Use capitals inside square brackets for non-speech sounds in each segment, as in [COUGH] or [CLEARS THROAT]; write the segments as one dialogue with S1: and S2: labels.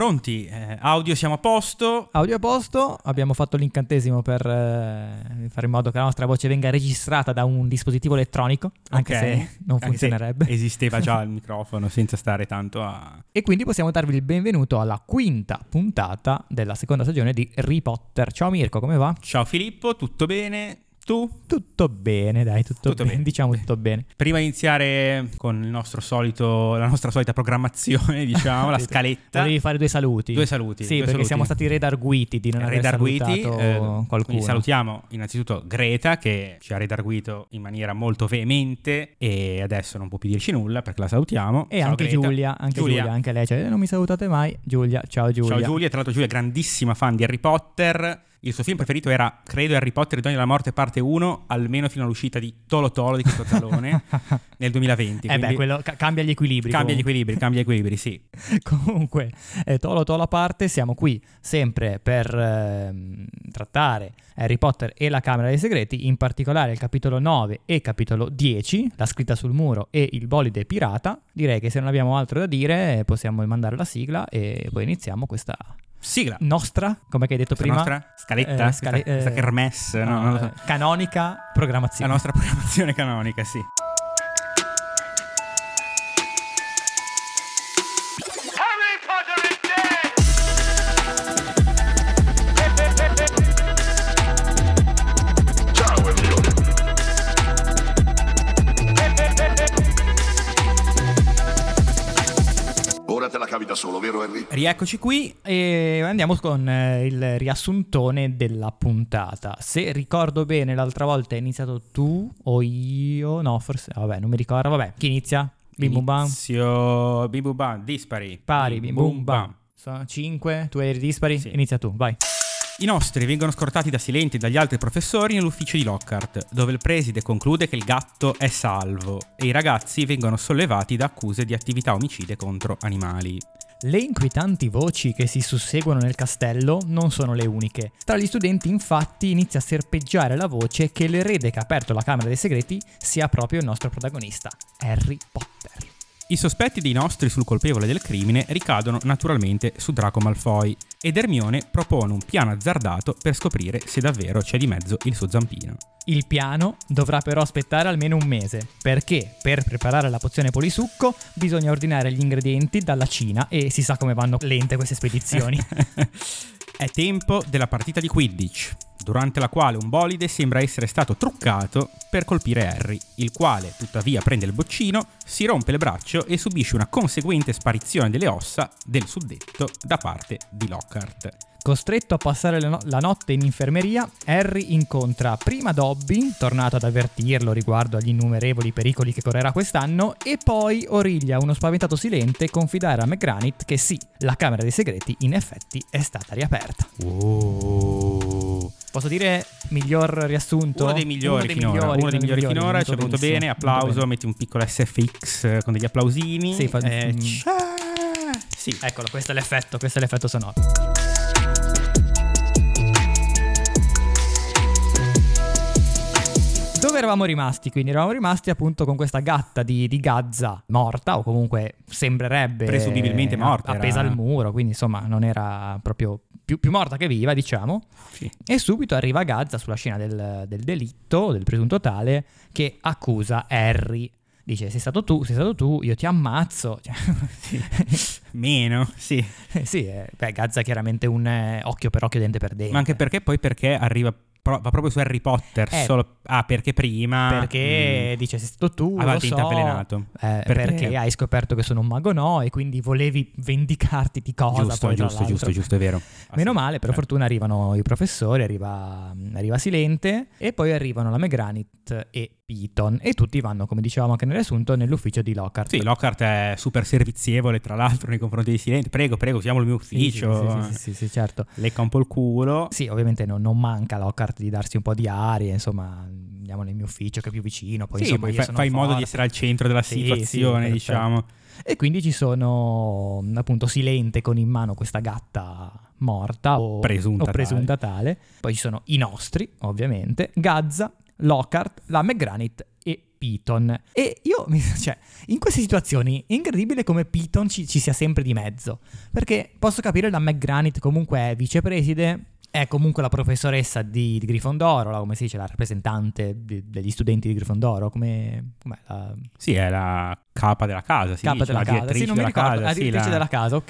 S1: Pronti, eh, audio siamo a posto.
S2: Audio a posto, abbiamo fatto l'incantesimo per eh, fare in modo che la nostra voce venga registrata da un dispositivo elettronico, anche
S1: Ok.
S2: se non
S1: Anche se
S2: funzionerebbe.
S1: esisteva
S2: [LAUGHS]
S1: già il microfono senza stare tanto a...
S2: E quindi possiamo darvi il benvenuto alla quinta puntata della seconda stagione di Harry Potter. Ciao Mirko, come va?
S1: Ciao Filippo, tutto bene? Tu?
S2: Tutto bene, dai, tutto,
S1: Tutto
S2: bene.
S1: bene.
S2: Diciamo tutto bene.
S1: Prima di iniziare con il nostro solito, la nostra solita programmazione, [LAUGHS] diciamo, la
S2: Sì,
S1: scaletta.
S2: Volevi fare due saluti.
S1: Due saluti.
S2: Sì,
S1: due
S2: perché
S1: saluti.
S2: siamo stati redarguiti di non aver
S1: redarguiti.
S2: salutato
S1: eh,
S2: qualcuno.
S1: quindi salutiamo innanzitutto Greta che ci ha redarguito in maniera molto veemente e adesso non può più dirci nulla perché la salutiamo.
S2: E
S1: Ciao,
S2: anche
S1: Greta.
S2: Giulia, anche Giulia.
S1: Giulia.
S2: anche lei. Cioè, non mi salutate mai. Giulia, ciao Giulia.
S1: Ciao Giulia, tra l'altro Giulia è grandissima fan di Harry Potter. Il suo film preferito era, credo, Harry Potter e Donna della Morte parte 1, almeno fino all'uscita di Tolo Tolo di questo
S2: [LAUGHS]
S1: talone nel 2020.
S2: Eh beh,
S1: quindi
S2: quello ca- cambia gli equilibri.
S1: Cambia gli
S2: comunque.
S1: equilibri, cambia gli equilibri, sì.
S2: [LAUGHS] Comunque, eh, Tolo Tolo a parte, siamo qui sempre per ehm, trattare Harry Potter e la Camera dei Segreti, in particolare il capitolo 9 e capitolo 10, la scritta sul muro e il bolide pirata. Direi che se non abbiamo altro da dire eh, possiamo mandare la sigla e poi iniziamo questa
S1: Sigla.
S2: nostra, come che hai detto
S1: Questa
S2: prima,
S1: nostra scaletta,
S2: eh, scale-
S1: questa, questa
S2: eh,
S1: kermesse, no,
S2: eh,
S1: non lo so.
S2: canonica
S1: La
S2: programmazione.
S1: nostra [LAUGHS] programmazione canonica, sì.
S3: Harry Potter is dead!
S4: Ora te la cavi da solo, vero Henry?
S1: Rieccoci qui.
S2: E andiamo con eh, il riassuntone della puntata. Se ricordo bene, l'altra volta hai iniziato tu o io? No, forse. Vabbè, non mi ricordo. Vabbè, chi inizia? Bim bum bam.
S1: Inizio bim bum bam, dispari.
S2: Pari, bim bum bam. Sono 5, tu eri dispari.
S1: Sì.
S2: Inizia tu, vai.
S1: I nostri vengono scortati da Silenti e dagli altri professori nell'ufficio di Lockhart, dove il preside conclude che il gatto è salvo e i ragazzi vengono sollevati da accuse di attività omicide contro animali.
S2: Le inquietanti voci che si susseguono nel castello non sono le uniche. Tra gli studenti infatti inizia a serpeggiare la voce che l'erede che ha aperto la Camera dei Segreti sia proprio il nostro protagonista, Harry Potter.
S1: I sospetti dei nostri sul colpevole del crimine ricadono naturalmente su Draco Malfoy ed Hermione propone un piano azzardato per scoprire se davvero c'è di mezzo il suo zampino.
S2: Il piano dovrà però aspettare almeno un mese, perché per preparare la pozione polisucco bisogna ordinare gli ingredienti dalla Cina e si sa come vanno lente queste spedizioni.
S1: [LAUGHS] È tempo della partita di Quidditch, durante la quale un bolide sembra essere stato truccato per colpire Harry, il quale tuttavia prende il boccino, si rompe il braccio e subisce una conseguente sparizione delle ossa del suddetto da parte di Lockhart.
S2: Costretto a passare la, no- la notte in infermeria, Harry incontra prima Dobby, tornato ad avvertirlo riguardo agli innumerevoli pericoli che correrà quest'anno, e poi origlia uno spaventato silente confidare a McGranit che sì, la Camera dei Segreti in effetti è stata riaperta.
S1: Oh.
S2: Posso dire miglior riassunto?
S1: Uno dei migliori finora, uno dei migliori finora, ci è venuto bene,
S2: benissimo,
S1: applauso,
S2: venuto
S1: metti un piccolo SFX eh, con degli applausini.
S2: Sì, fa- mm.
S1: c- sì. eh,
S2: bene. Eccolo, questo è l'effetto, questo è l'effetto sonoro. Dove eravamo rimasti? Quindi eravamo rimasti appunto con questa gatta di, di Gazza morta o comunque sembrerebbe
S1: Presumibilmente
S2: eh,
S1: morta, era.
S2: appesa al muro, quindi insomma non era proprio più- più morta che viva, diciamo.
S1: sì.
S2: E subito arriva Gazza sulla scena del, del delitto, del presunto tale, che accusa Harry. Dice, sei stato tu, sei stato tu, io ti ammazzo. [LAUGHS] Cioè,
S1: Meno, sì.
S2: sì, eh, beh, Gazza è chiaramente un eh, occhio per occhio, dente per dente.
S1: Ma anche perché poi perché arriva pro- va proprio su Harry Potter
S2: Eh.
S1: solo ah perché prima
S2: Perché
S1: mm.
S2: dice, sei stato tu, lo
S1: Avanti
S2: so,
S1: intrappelenato.
S2: eh, perché?
S1: Perché?
S2: hai scoperto che sono un mago no e quindi volevi vendicarti di
S1: Mm,
S2: cosa
S1: giusto,
S2: poi, tra
S1: giusto,
S2: l'altro.
S1: giusto, giusto, è vero.
S2: [LAUGHS] Meno male, per
S1: Certo.
S2: fortuna arrivano i professori, arriva, mm, arriva Silente e poi arrivano la Megranit e Piton e tutti vanno, come dicevamo anche nel riassunto, nell'ufficio di Lockhart.
S1: Sì, Lockhart è super servizievole, tra l'altro, nei confronti dei silenti. Prego, prego, usiamo il mio
S2: Sì, sì,
S1: ufficio.
S2: Sì, sì, sì, sì, certo.
S1: Lecca un po' il culo.
S2: Sì, ovviamente non, non manca Lockhart di darsi un po' di aria, insomma, andiamo nel mio ufficio che è più vicino, poi
S1: Sì,
S2: insomma
S1: poi
S2: io
S1: fa-
S2: sono
S1: fai in modo di
S2: forte.
S1: essere al centro della
S2: Sì,
S1: situazione,
S2: sì,
S1: diciamo.
S2: E quindi ci sono mh, appunto Silente con in mano questa gatta morta o
S1: Presunta
S2: o presunta tale. Poi ci sono i nostri, ovviamente, Gazza, Lockhart, la McGranit e Piton. E io, mi- [LAUGHS] cioè, in queste situazioni è incredibile come Piton ci, ci sia sempre di mezzo. Perché posso capire la McGranit comunque è vicepreside, è comunque la professoressa di, di Grifondoro, la- come si dice, la rappresentante di- degli studenti di Grifondoro, come... com'è la
S1: Sì, è la capa della casa, si
S2: capa
S1: dice,
S2: della
S1: la
S2: casa,
S1: direttrice
S2: sì, non mi
S1: della
S2: ricordo,
S1: casa,
S2: la
S1: sì,
S2: direttrice
S1: la-
S2: della casa, ok?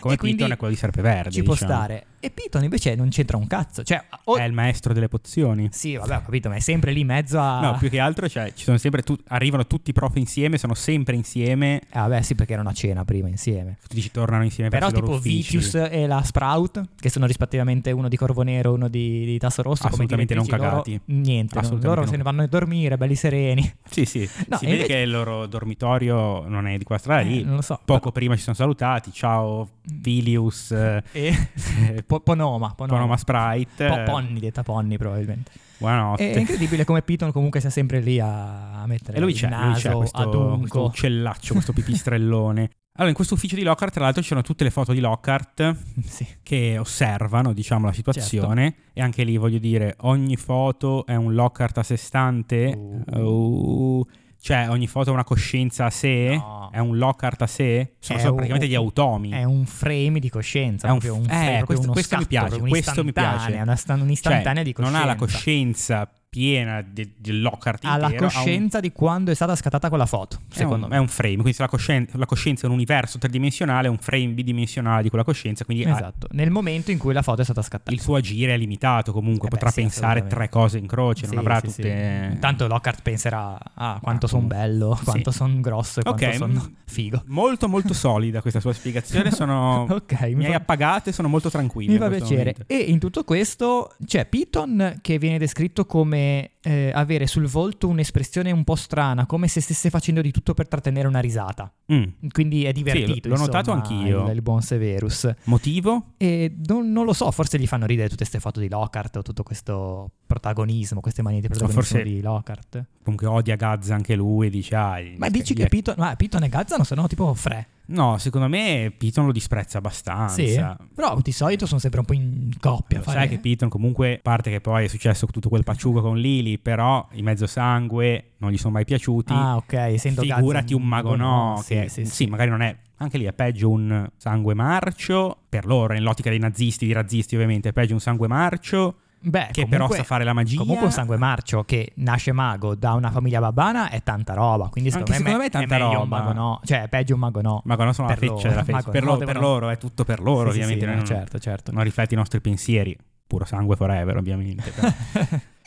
S1: Come
S2: e quindi
S1: Piton è quello di Serpeverde,
S2: ci può
S1: diciamo.
S2: stare. E Piton invece non c'entra un cazzo, cioè... o-
S1: È il maestro delle pozioni.
S2: Sì, vabbè, ho capito, ma è sempre lì in mezzo a...
S1: No, più che altro, cioè, ci sono sempre tu- arrivano tutti i prof insieme, sono sempre insieme.
S2: Eh, vabbè, sì, perché era una cena prima insieme.
S1: Tu dici tornano insieme
S2: Però
S1: verso i
S2: tipo
S1: loro uffici.
S2: Vitius e la Sprout, che sono rispettivamente uno di Corvo Nero e uno di, di Tasso Rosso, come
S1: Assolutamente non
S2: direttrici, loro-
S1: cagati.
S2: niente, no,
S1: Assolutamente
S2: loro
S1: non
S2: se ne
S1: cagati.
S2: vanno a dormire, belli sereni.
S1: Sì, sì.
S2: No,
S1: si
S2: e
S1: vede
S2: invece-
S1: che il loro dormitorio non è di qua strada
S2: Eh,
S1: lì.
S2: non lo so.
S1: Poco prima ci sono salutati. Ciao, Filius, eh, [LAUGHS]
S2: [LAUGHS] E po- Ponoma, Ponoma.
S1: Ponoma Sprite.
S2: Po- Ponni, detta Ponni probabilmente.
S1: Buonanotte.
S2: Eh, È incredibile come Piton comunque sia sempre lì a a mettere
S1: E lui
S2: il
S1: c'è, lui c'è
S2: naso
S1: questo,
S2: adunco.
S1: questo uccellaccio, questo
S2: [LAUGHS]
S1: pipistrellone. Allora, in questo ufficio di Lockhart, tra l'altro, ci sono tutte le foto di Lockhart
S2: [LAUGHS] Sì.
S1: che osservano, diciamo, la situazione.
S2: Certo.
S1: E anche lì, voglio dire, ogni foto è un Lockhart a sé stante.
S2: Uh.
S1: Uh. Cioè, ogni foto è una coscienza a sé.
S2: No.
S1: Eh? È un Lockhart a sé. Sono,
S2: È
S1: sono
S2: un-
S1: praticamente gli automi. Cioè,
S2: È un frame di coscienza,
S1: È un-
S2: proprio un
S1: eh,
S2: frame, proprio
S1: questo-
S2: uno
S1: questo mi
S2: scatto,
S1: piace,
S2: proprio
S1: questo mi piace.
S2: un'istantanea, una stan- un'istantanea di
S1: Cioè,
S2: coscienza.
S1: Non ha la coscienza piena di, di Lockhart
S2: Ha la
S1: intero, un-
S2: coscienza di quando è stata scattata quella foto,
S1: è un-
S2: secondo me.
S1: È un frame, quindi se la, coscien- la coscienza è un universo tridimensionale, è un frame bidimensionale di quella coscienza, quindi ha-
S2: Esatto, nel momento in cui la foto è stata scattata.
S1: il suo agire è limitato comunque,
S2: Eh beh,
S1: potrà
S2: sì,
S1: pensare
S2: assolutamente.
S1: tre cose in croce, non
S2: Sì,
S1: avrà
S2: sì, sì.
S1: tutte...
S2: Tanto Lockhart penserà a quanto
S1: Ah,
S2: sono bello,
S1: sì.
S2: quanto sono grosso e
S1: Ok,
S2: quanto sono
S1: mm,
S2: figo.
S1: Molto molto solida questa sua spiegazione, sono...
S2: [LAUGHS] Ok, mi
S1: mi hai
S2: fa-
S1: appagato e sono molto tranquillo.
S2: Mi
S1: in
S2: fa
S1: questo
S2: piacere.
S1: momento.
S2: E in tutto questo c'è Piton che viene descritto come eh, avere sul volto un'espressione un po' strana, come se stesse facendo di tutto per trattenere una risata.
S1: Mm.
S2: Quindi è divertito.
S1: l'ho notato
S2: insomma,
S1: anch'io.
S2: Il, il buon Severus.
S1: Motivo?
S2: E non, non lo so, forse gli fanno ridere tutte queste foto di Lockhart o tutto questo protagonismo, queste manie di protagonismo
S1: forse-
S2: di Lockhart.
S1: Comunque odia Gazza anche lui, dice... "Ah,
S2: Ma
S1: gli-
S2: dici
S1: gli
S2: che
S1: è
S2: Piton, ma Piton e Gazzano sono tipo fre.
S1: No, secondo me Piton lo disprezza abbastanza.
S2: Sì, però di solito sono sempre un po' in coppia. a
S1: Lo
S2: fare-
S1: sai che Piton comunque, a parte che poi è successo tutto quel pacciugo con Lily, però i mezzo sangue non gli sono mai piaciuti.
S2: Ah, ok, essendo Gazzan-
S1: Figurati un mago no,
S2: sì,
S1: che
S2: sì,
S1: sì,
S2: sì.
S1: magari non è... Anche lì è peggio un sangue marcio, per loro, nell'ottica dei nazisti, di razzisti ovviamente, è peggio un sangue marcio,
S2: Beh,
S1: che
S2: comunque-
S1: però sa fare la magia.
S2: Comunque un sangue marcio che nasce mago da una famiglia babbana è tanta roba, quindi secondo,
S1: Anche
S2: me,
S1: secondo me è tanta
S2: meglio un
S1: roba.
S2: mago no, cioè è peggio un mago no.
S1: Mago no sono la
S2: Per loro.
S1: freccia della freccia.
S2: Mago
S1: Per,
S2: no,
S1: loro-
S2: devono-
S1: per loro è tutto per loro,
S2: Sì, sì,
S1: ovviamente.
S2: sì,
S1: noi
S2: no,
S1: non,
S2: certo, certo.
S1: non riflette i nostri pensieri. Puro sangue forever,
S2: [LAUGHS]
S1: ovviamente. però.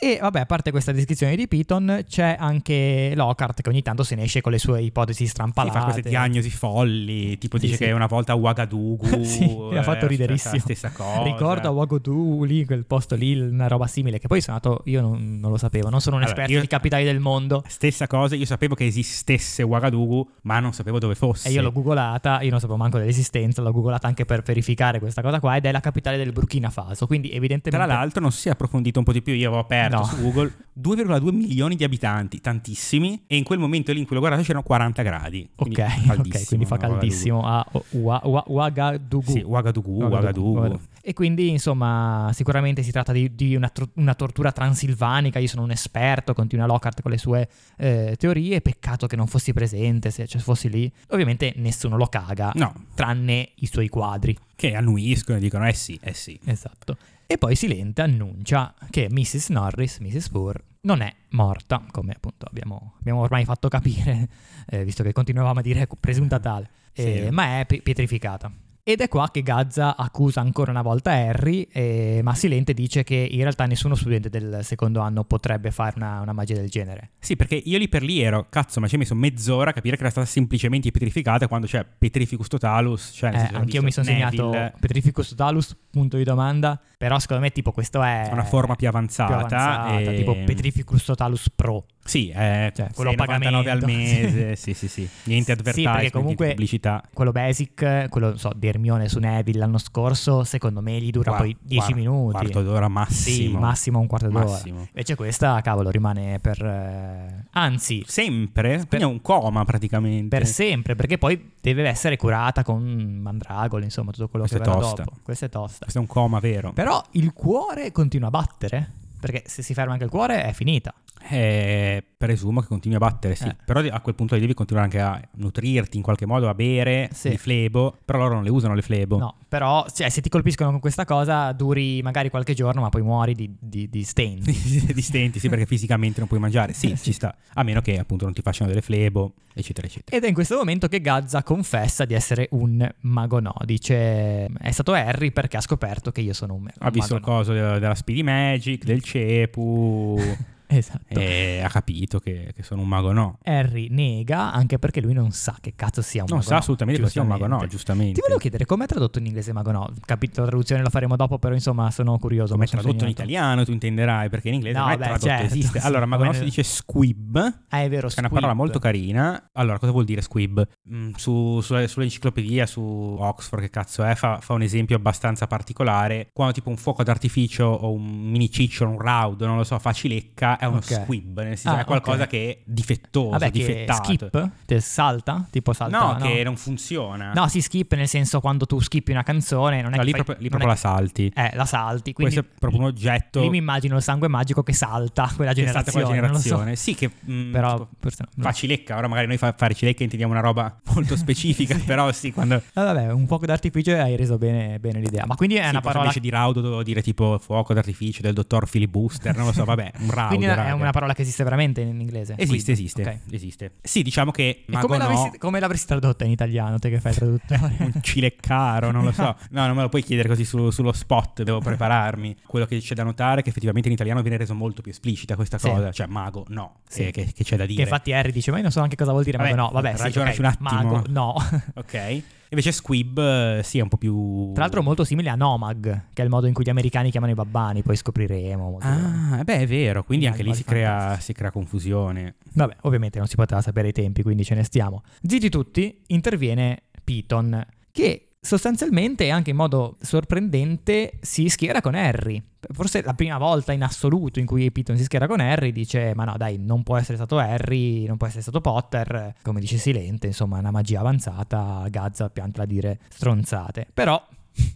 S2: E vabbè, a parte questa descrizione di Piton, c'è anche Lockhart che ogni tanto se ne esce con le sue ipotesi
S1: Sì,
S2: strampalate.
S1: fa queste diagnosi folli, tipo
S2: Sì,
S1: dice
S2: sì.
S1: che una volta a Ouagadougou
S2: [LAUGHS] sì, mi ha
S1: eh,
S2: fatto
S1: è
S2: riderissimo.
S1: successa la stessa cosa.
S2: Ricordo a Ouagadougou lì, quel posto lì, una roba simile. Che poi sono nato, io non, non lo sapevo, non sono un
S1: Allora,
S2: esperto
S1: io-
S2: di capitali del mondo.
S1: Stessa cosa, io sapevo che esistesse Ouagadougou, ma non sapevo dove fosse.
S2: E io l'ho googlata, io non sapevo manco dell'esistenza, l'ho googlata anche per verificare questa cosa qua ed è la capitale del Burkina Faso, quindi
S1: Tra
S2: evidentemente...
S1: l'altro non si è approfondito un po' di più, io avevo aperto
S2: No.
S1: su Google 2,2 milioni di abitanti, tantissimi, e in quel momento lì in cui l'ho guardato c'erano 40 gradi.
S2: Ok, [LAUGHS]
S1: Quindi
S2: ok, quindi fa
S1: Ouagadougou.
S2: caldissimo a O- Ua- Ua- Ouagadougou.
S1: Sì, Ouagadougou,
S2: Ouagadougou,
S1: Ouagadougou.
S2: E quindi, insomma, sicuramente si tratta di, di una, tro- una tortura transilvanica. Io sono un esperto, continua Lockhart con le sue eh, teorie. Peccato che non fossi presente, se cioè, fossi lì. Ovviamente nessuno lo caga,
S1: No,
S2: tranne i suoi quadri.
S1: che annuiscono e dicono eh sì, eh sì.
S2: Esatto. E poi Silente annuncia che Mrs. Norris, Mrs. Poor, non è morta, come appunto abbiamo, abbiamo ormai fatto capire, [LAUGHS] eh, visto che continuavamo a dire [LAUGHS] presunta tale, eh,
S1: Sì.
S2: ma è pi- pietrificata. Ed è qua che Gazza accusa ancora una volta Harry, eh, ma Silente dice che in realtà nessuno studente del secondo anno potrebbe fare una, una magia del genere.
S1: Sì, perché io lì per lì ero, cazzo, ma ci hai messo mezz'ora a capire che era stata semplicemente pietrificata quando c'è Petrificus totalus, cioè nel
S2: Eh,
S1: senso, ho
S2: anch'io mi
S1: visto
S2: sono segnato
S1: Neville,
S2: Petrificus totalus, punto di domanda, però secondo me tipo questo è...
S1: una forma più avanzata,
S2: eh,
S1: ehm.
S2: più avanzata,
S1: e-
S2: tipo Petrificus totalus pro.
S1: Sì, è
S2: Cioè, quello
S1: quello
S2: a
S1: 99 al
S2: pagamento. [LAUGHS]
S1: mese, sì, sì, sì. Niente
S2: perché
S1: advertising, niente
S2: comunque-
S1: pubblicità.
S2: quello basic, quello non so, di Hermione su Neville l'anno scorso, secondo me gli dura
S1: Qua-
S2: poi 10
S1: quar-
S2: minuti.
S1: Quarto d'ora massimo.
S2: Sì, massimo un quarto d'ora.
S1: Massimo.
S2: Invece questa, cavolo, rimane per... eh, Anzi,
S1: Sempre, quindi è un coma praticamente.
S2: per sempre, perché poi deve essere curata con mandragole, insomma, tutto quello
S1: Questa
S2: che
S1: è
S2: verrà
S1: tosta.
S2: dopo. Questa è tosta.
S1: Questo è un coma vero.
S2: Però il cuore continua a battere, perché se si ferma anche il cuore è finita.
S1: Eh, presumo che continui a battere, sì.
S2: Eh.
S1: Però a quel punto lì devi continuare anche a nutrirti in qualche modo, a bere
S2: Sì.
S1: di flebo. Però loro non le usano le flebo.
S2: No, però cioè, se ti colpiscono con questa cosa duri magari qualche giorno, ma poi muori di, di, di Eh,
S1: [LAUGHS] [LAUGHS]
S2: stain.
S1: di stenti, sì, perché fisicamente non puoi mangiare. Sì, ci sta. A meno che appunto non ti facciano delle flebo, eccetera, eccetera.
S2: Ed è in questo momento che Gazza confessa di essere un mago no. Dice: È stato Harry perché ha scoperto che io sono un, un
S1: ha visto il
S2: mago no."
S1: coso della, della Speedy Magic, del Cepu.
S2: [LAUGHS] Esatto.
S1: e ha capito che, che sono un mago no.
S2: Harry nega anche perché lui non sa che cazzo sia un
S1: Non
S2: mago
S1: sa
S2: no,
S1: assolutamente cosa sia un mago no, giustamente.
S2: Ti volevo chiedere come è tradotto in inglese mago no. Capito, la traduzione la faremo dopo, però insomma sono curioso.
S1: Come è
S2: mi sono
S1: tradotto in
S2: segnato.
S1: italiano, tu intenderai, perché in inglese
S2: No,
S1: non è
S2: beh,
S1: tradotto,
S2: certo,
S1: esiste.
S2: [LAUGHS] sì,
S1: Allora,
S2: va
S1: mago no
S2: bene.
S1: si dice squib,
S2: Ah, è vero,
S1: Che è una parola
S2: squib.
S1: molto carina. Allora, cosa vuol dire squib? Mm, su- sulla- sull'enciclopedia, su Oxford, che cazzo è, fa, fa un esempio abbastanza particolare. Quando tipo un fuoco d'artificio o un mini ciccio, un raudo, non lo so, fa cilecca, è uno
S2: Ok.
S1: squib, nel senso
S2: Ah,
S1: è qualcosa
S2: ok.
S1: che è difettoso,
S2: Vabbè, che
S1: difettato.
S2: skip? Te salta? Tipo salta?
S1: no, che non funziona.
S2: No, si skip nel senso quando tu skippi una canzone, non è
S1: No,
S2: che
S1: lì
S2: fai-
S1: proprio, lì
S2: non
S1: proprio
S2: è
S1: la salti.
S2: che- eh, la salti, quindi
S1: Questo è proprio un oggetto
S2: lì mi immagino il sangue magico che salta quella
S1: che
S2: generazione,
S1: salta quella
S2: non lo so.
S1: generazione. Sì, che... mm,
S2: [LAUGHS] Però
S1: tipo,
S2: forse no.
S1: Fa cilecca, ora magari noi fa- fare cilecca intendiamo una roba
S2: [LAUGHS]
S1: molto specifica, però sì, quando
S2: Ah, vabbè, un fuoco d'artificio e hai reso bene, bene l'idea. Ma quindi è
S1: Sì,
S2: una
S1: forse
S2: parola
S1: invece di raudo dovevo dire tipo fuoco d'artificio del dottor filibuster, non lo so, vabbè, un raudo.
S2: [LAUGHS] quindi
S1: raga.
S2: è una parola che esiste veramente in inglese.
S1: Esiste,
S2: Quindi,
S1: esiste,
S2: ok.
S1: esiste. Sì, diciamo che
S2: E
S1: mago
S2: come,
S1: no,
S2: l'avresti, come l'avresti tradotta in italiano, te che fai il traduttore?
S1: [LAUGHS]
S2: [LAUGHS]
S1: un cileccaro, non lo so. No, non me lo puoi chiedere così su- sullo spot, devo prepararmi. Quello che c'è da notare è che effettivamente in italiano viene reso molto più esplicita questa
S2: Sì.
S1: cosa, cioè mago no,
S2: Sì.
S1: eh, che, che c'è da dire.
S2: Che infatti Harry dice, ma io non so anche cosa vuol dire,
S1: Vabbè,
S2: ma no, vabbè, sì,
S1: ragionaci
S2: ok,
S1: un attimo.
S2: Mago, no. [LAUGHS]
S1: Ok. Invece squib eh, sì, è un po' più
S2: Tra l'altro molto simile a Nomag, che è il modo in cui gli americani chiamano i babbani, poi scopriremo. molto bene.
S1: Ah, eh beh, è vero, quindi anche lì si
S2: Animali
S1: crea,
S2: fantastici.
S1: si crea confusione.
S2: Vabbè, ovviamente non si poteva sapere i tempi, quindi ce ne stiamo. Zitti tutti, interviene Piton, che sostanzialmente e anche in modo sorprendente si schiera con Harry. Forse la prima volta in assoluto in cui Piton si schiera con Harry dice ma no dai, non può essere stato Harry, non può essere stato Potter, come dice Silente, insomma è una magia avanzata, Gazza piantala a dire stronzate. Però [LAUGHS]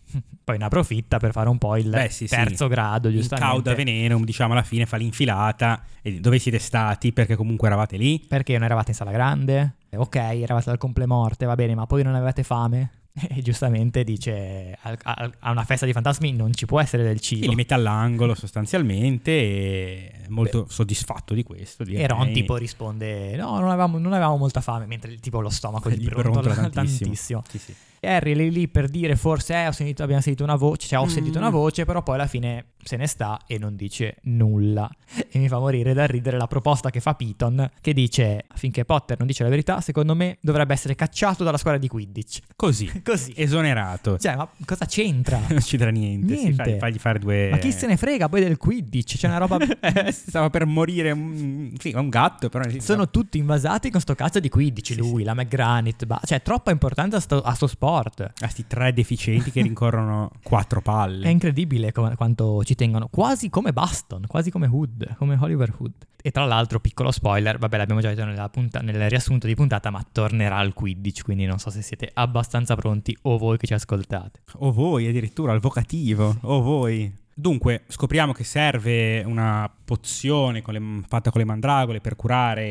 S2: poi ne approfitta per fare un po' il
S1: Beh, sì, sì.
S2: terzo grado,
S1: Il
S2: giustamente.
S1: cauda venenum, diciamo alla fine fa l'infilata e dove siete stati perché comunque eravate lì.
S2: Perché non eravate in sala grande? Eh, Ok, eravate al complemorte, va bene, ma poi non avevate fame? [LAUGHS] E giustamente dice, al- al- a una festa di fantasmi non ci può essere del
S1: E
S2: cibo.
S1: li mette all'angolo sostanzialmente e è molto soddisfatto di questo. direi.
S2: E Ron tipo risponde, no, non avevamo, non avevamo molta fame, mentre tipo lo stomaco gli
S1: Gli
S2: brontola [LAUGHS]
S1: brontola
S2: tantissimo.
S1: Sì, sì.
S2: E Harry è lì, lì per dire, forse eh, ho sentito- abbiamo sentito una voce, cioè ho
S1: Mm.
S2: sentito una voce, però poi alla fine se ne sta e non dice nulla. E mi fa morire da ridere la proposta che fa Piton, che dice, finché Potter non dice la verità, secondo me dovrebbe essere cacciato dalla squadra di Quidditch.
S1: Così,
S2: [LAUGHS] Così.
S1: esonerato.
S2: Cioè, ma cosa c'entra?
S1: [LAUGHS] non ci darà [LAUGHS] niente. sì,
S2: Niente.
S1: fai- fagli fare due...
S2: Ma chi se ne frega poi del Quidditch? C'è una
S1: [LAUGHS]
S2: roba... [LAUGHS]
S1: Eh, Stava per morire un, sì, un gatto, però...
S2: Sono tutti invasati con sto cazzo di Quidditch,
S1: Sì,
S2: lui, la McGranit, ba- cioè troppa importanza a sto, a sto sport.
S1: Questi tre deficienti
S2: [LAUGHS]
S1: che rincorrono quattro
S2: È
S1: palle.
S2: incredibile com- quanto ci tengono, quasi come Baston, quasi come Hood, come Oliver Hood. E tra l'altro, piccolo spoiler, vabbè l'abbiamo già detto nella punta- nel riassunto di puntata, ma tornerà al Quidditch, quindi non so se siete abbastanza pronti o voi che ci ascoltate.
S1: O voi addirittura, al vocativo, o voi. Dunque, scopriamo che serve una pozione con le- fatta con le mandragole per curare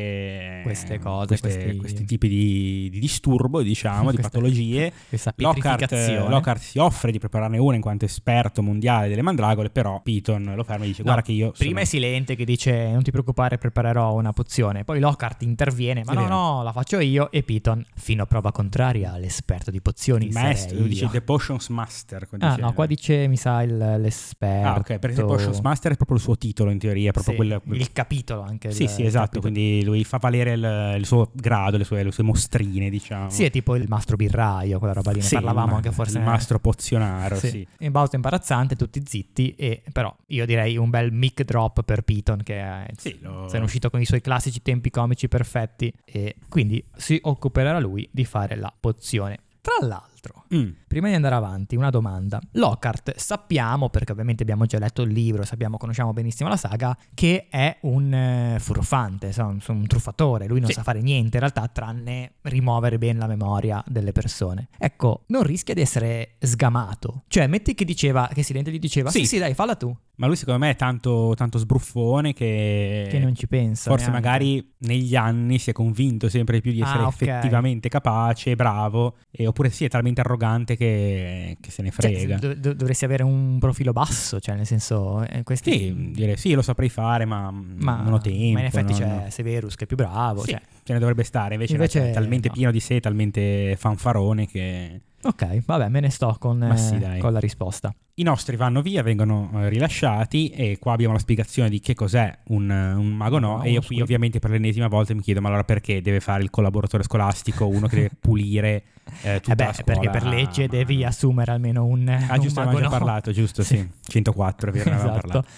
S1: eh,
S2: Queste cose, questi-
S1: questi tipi di, di disturbo, diciamo, di
S2: [LAUGHS] Queste-
S1: patologie. [LAUGHS]
S2: Questa
S1: Lockhart,
S2: pietrificazione.
S1: Lockhart si offre di prepararne una in quanto esperto mondiale delle mandragole, però Piton lo ferma e dice
S2: No,
S1: guarda che io...
S2: Prima è
S1: sono...
S2: Silente che dice non ti preoccupare preparerò una pozione, poi Lockhart interviene ma
S1: È
S2: no
S1: vero.
S2: no la faccio io e Piton fino a prova contraria l'esperto di pozioni
S1: il
S2: sarei
S1: maestro,
S2: io.
S1: dice The Potions Master. come
S2: Ah
S1: dice-
S2: no qua dice mi sa il- l'esperto.
S1: Ah ok, perché The Potions Master è proprio il suo titolo in teoria, è proprio
S2: Sì,
S1: quel,
S2: il capitolo anche.
S1: Sì,
S2: il-
S1: sì,
S2: il
S1: esatto,
S2: capitolo.
S1: quindi lui fa valere il, il suo grado, le sue, le sue mostrine, diciamo.
S2: Sì, è tipo il mastro birraio, quella roba lì, ne
S1: Sì,
S2: parlavamo
S1: ma-
S2: anche forse.
S1: Il
S2: nel-
S1: mastro pozionaro, sì.
S2: Sì. In Bauta imbarazzante, tutti zitti, e, però io direi un bel mic drop per Piton che è,
S1: Sì, lo-
S2: se ne è uscito con i suoi classici tempi comici perfetti e quindi si occuperà lui di fare la pozione. Tra l'altro 4.
S1: Mm.
S2: Prima di andare avanti, una domanda. Lockhart sappiamo, perché ovviamente abbiamo già letto il libro, sappiamo, conosciamo benissimo la saga, che è un eh, furfante, so- un, un truffatore. Lui non
S1: Sì.
S2: sa fare niente in realtà, tranne rimuovere bene la memoria delle persone. Ecco, non rischia di essere sgamato. Cioè, metti che diceva, che Silente gli diceva, sì,
S1: Sì.
S2: sì, dai, falla tu,
S1: Ma lui secondo me è tanto, tanto sbruffone che...
S2: che non ci pensa.
S1: Eh, Forse
S2: neanche.
S1: magari negli anni si è convinto sempre di più di
S2: Ah,
S1: essere
S2: ok.
S1: effettivamente capace, bravo, e oppure si è talmente arrogante che, che se ne
S2: Cioè,
S1: frega.
S2: dov- dov- dovresti avere un profilo basso, cioè nel senso, eh, questi...
S1: Sì, dire sì, lo saprei fare, ma, mm,
S2: ma,
S1: non ho tempo.
S2: ma in effetti
S1: no,
S2: c'è
S1: no.
S2: Severus che è più bravo.
S1: Sì,
S2: cioè-
S1: ce ne dovrebbe stare, invece,
S2: Invece
S1: no, è talmente
S2: no.
S1: pieno di sé, talmente fanfarone che
S2: Ok, vabbè, me ne sto con,
S1: Ma sì,
S2: eh,
S1: dai.
S2: con la risposta.
S1: i nostri vanno via, vengono eh, rilasciati e qua abbiamo la spiegazione di che cos'è un, eh, un mago no
S2: Ah,
S1: e io
S2: uno
S1: qui
S2: scudo.
S1: ovviamente per l'ennesima volta mi chiedo ma allora perché deve fare il collaboratore scolastico, uno che deve pulire eh, tutta
S2: Eh beh,
S1: la scuola? Ah,
S2: perché per legge
S1: Ma-
S2: devi assumere almeno un.
S1: Ah, giusto,
S2: un
S1: avevamo già
S2: mago, no?
S1: parlato, giusto, sì. 104, vero, ne avevamo
S2: [LAUGHS] Esatto.
S1: parlato.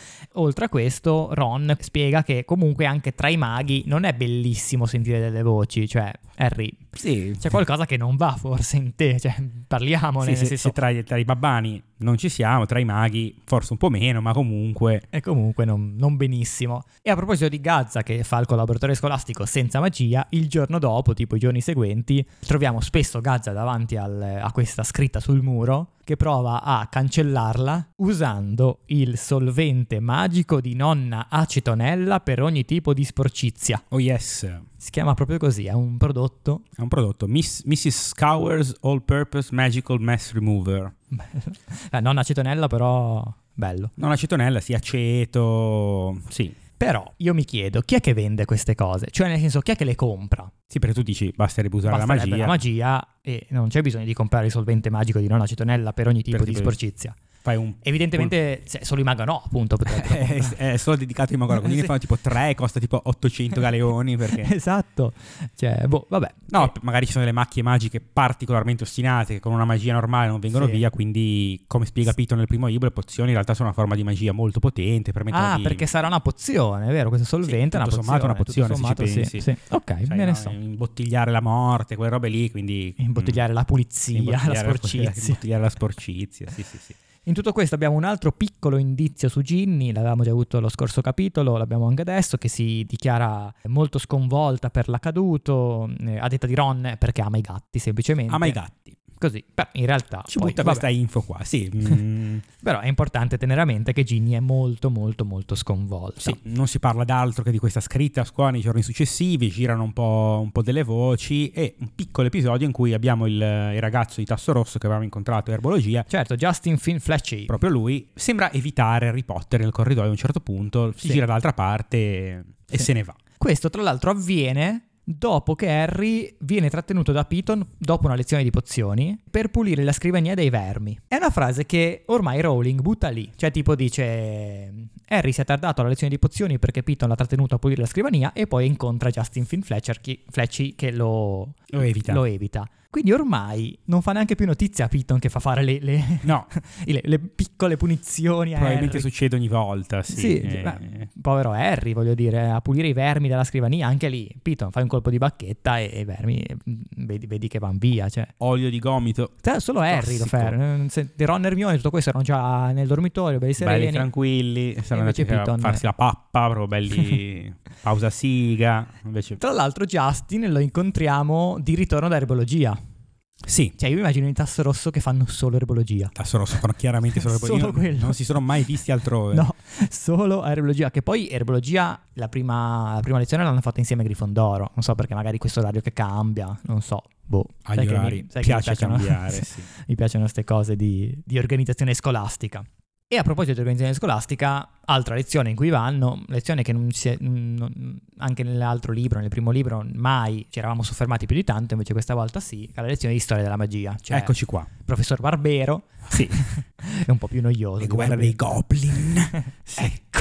S2: Oltre a questo, Ron spiega che comunque anche tra i maghi non è bellissimo sentire delle voci, cioè Harry,
S1: Sì,
S2: c'è qualcosa che non va forse in te, cioè parliamone.
S1: sì,
S2: nel
S1: se, se
S2: senso-
S1: tra, i- tra i babbani non ci siamo, tra i maghi forse un po' meno, ma comunque...
S2: E comunque non, non benissimo. E a proposito di Gazza che fa il collaboratore scolastico senza magia, il giorno dopo, tipo i giorni seguenti, troviamo spesso Gazza davanti al- a questa scritta sul muro che prova a cancellarla usando il solvente magico di nonna acetonella per ogni tipo di sporcizia.
S1: Oh yes, è
S2: Si chiama proprio così, è un prodotto
S1: un prodotto, Miss- Mrs. Scour's All Purpose Magical Mess Remover.
S2: eh, nonna acetonella però bello.
S1: Non acetonella, sì, aceto. Sì.
S2: Però io mi chiedo chi è che vende queste cose? Cioè nel senso chi è che le compra?
S1: Sì, perché tu dici basterebbe usare la magia.
S2: Basterebbe la magia e non c'è bisogno di comprare il solvente magico di nonna cetonella per ogni tipo
S1: Per
S2: di
S1: tipo di-
S2: sporcizia.
S1: Fai
S2: [LAUGHS]
S1: un.
S2: Evidentemente cioè, solo i maga no,
S1: [LAUGHS]
S2: appunto. potrebbero
S1: è,
S2: comprare.
S1: è Eh, solo dedicato ai magori. Quindi ne
S2: Eh, [LAUGHS] Sì.
S1: fanno tipo 3, costa tipo 800 galeoni. Perché.
S2: [LAUGHS] esatto. Cioè, boh, vabbè.
S1: No, magari ci sono delle macchie magiche particolarmente ostinate che con una magia normale non vengono
S2: Sì.
S1: via. Quindi, come spiega Pito nel primo libro, le pozioni in realtà sono una forma di magia molto potente. Permettono
S2: Ah,
S1: di-
S2: perché sarà una pozione, è vero? Questo solvente è una
S1: tutto
S2: pozione.
S1: sommato una pozione, se
S2: tutto
S1: ci
S2: sommato, sì,
S1: pensi.
S2: sì. Ok,
S1: sai,
S2: me ne
S1: no, eh.
S2: so.
S1: imbottigliare la morte, quelle robe lì. Quindi. mm,
S2: Imbottigliare la pulizia,
S1: imbottigliare
S2: la sporcizia.
S1: Imbottigliare la sporcizia, sì,
S2: [LAUGHS]
S1: sì, sì.
S2: In tutto questo abbiamo un altro piccolo indizio su Ginny, l'avevamo già avuto lo scorso capitolo, l'abbiamo anche adesso, che si dichiara molto sconvolta per l'accaduto, eh, a detta di Ron perché ama i gatti semplicemente.
S1: Ama Ah, i gatti.
S2: Così, però in realtà...
S1: Ci
S2: poi,
S1: butta
S2: vabbè,
S1: questa info qua, sì.
S2: [LAUGHS]
S1: mm,
S2: Però è importante tenere a mente che Ginny è molto molto molto sconvolta.
S1: sì, Non si parla d'altro che di questa scritta a scuola nei giorni successivi, girano un po', un po' delle voci e un piccolo episodio in cui abbiamo il, il ragazzo di Tasso Rosso che avevamo incontrato a erbologia.
S2: Certo, Justin Finn Fletchy.
S1: Proprio lui sembra evitare Harry Potter nel corridoio a un certo punto, si
S2: Sì.
S1: gira dall'altra parte e
S2: Sì.
S1: se ne va.
S2: Questo tra l'altro avviene dopo che Harry viene trattenuto da Piton dopo una lezione di pozioni per pulire la scrivania dei vermi. È una frase che ormai Rowling butta lì, cioè tipo dice Harry si è tardato alla lezione di pozioni perché Piton l'ha trattenuto a pulire la scrivania e poi incontra Justin Finn Fletcher, chi- Fletchy che lo,
S1: Lo evita.
S2: lo evita. Quindi ormai non fa neanche più notizia a Piton che fa fare le, le- [LAUGHS]
S1: No,
S2: le- le piccole punizioni a
S1: probabilmente
S2: Harry.
S1: succede ogni volta, sì.
S2: Sì,
S1: eh,
S2: ma- povero Harry, voglio dire, a pulire i vermi dalla scrivania, anche lì, Piton, fai un colpo di bacchetta e e i vermi eh, vedi, vedi che van via, cioè.
S1: Olio di gomito,
S2: Cioè, Solo Harry lo
S1: Classico.
S2: fa. eh, se- Ron e Hermione tutto questo erano già nel dormitorio, belli
S1: belli
S2: sereni.
S1: tranquilli, saranno andati
S2: invece
S1: a
S2: Piton-
S1: farsi la pappa, proprio
S2: [LAUGHS]
S1: belli, pausa siga, invece...
S2: Tra l'altro Justin lo incontriamo di ritorno da erbologia.
S1: Sì,
S2: Cioè io mi immagino in tasso rosso che fanno solo erbologia.
S1: Tasso Rosso fanno chiaramente
S2: [LAUGHS]
S1: solo,
S2: Solo
S1: io non-
S2: quello.
S1: Non si sono mai visti altrove.
S2: No, [LAUGHS] solo a erbologia. Che poi erbologia, la prima, la prima lezione l'hanno fatta insieme a Grifondoro. Non so perché magari questo orario che cambia, non so. Boh,
S1: Agli
S2: Sai che mi-
S1: orari
S2: sai che mi
S1: piace
S2: piacciono-
S1: cambiare.
S2: [LAUGHS] Sì.
S1: sì.
S2: mi piacciono queste cose di, di organizzazione scolastica. E a proposito di organizzazione scolastica, altra lezione in cui vanno, lezione che non si è- non- anche nell'altro libro, nel primo libro, mai ci eravamo soffermati più di tanto, invece questa volta sì, alla lezione di storia della magia. Cioè,
S1: Eccoci qua.
S2: professor Barbero
S1: Ecco. Sì.
S2: [LAUGHS] è un po' più noioso.
S1: Le
S2: di
S1: guerre
S2: Barbero. [LAUGHS]
S1: dei Goblin. sì. Ecco.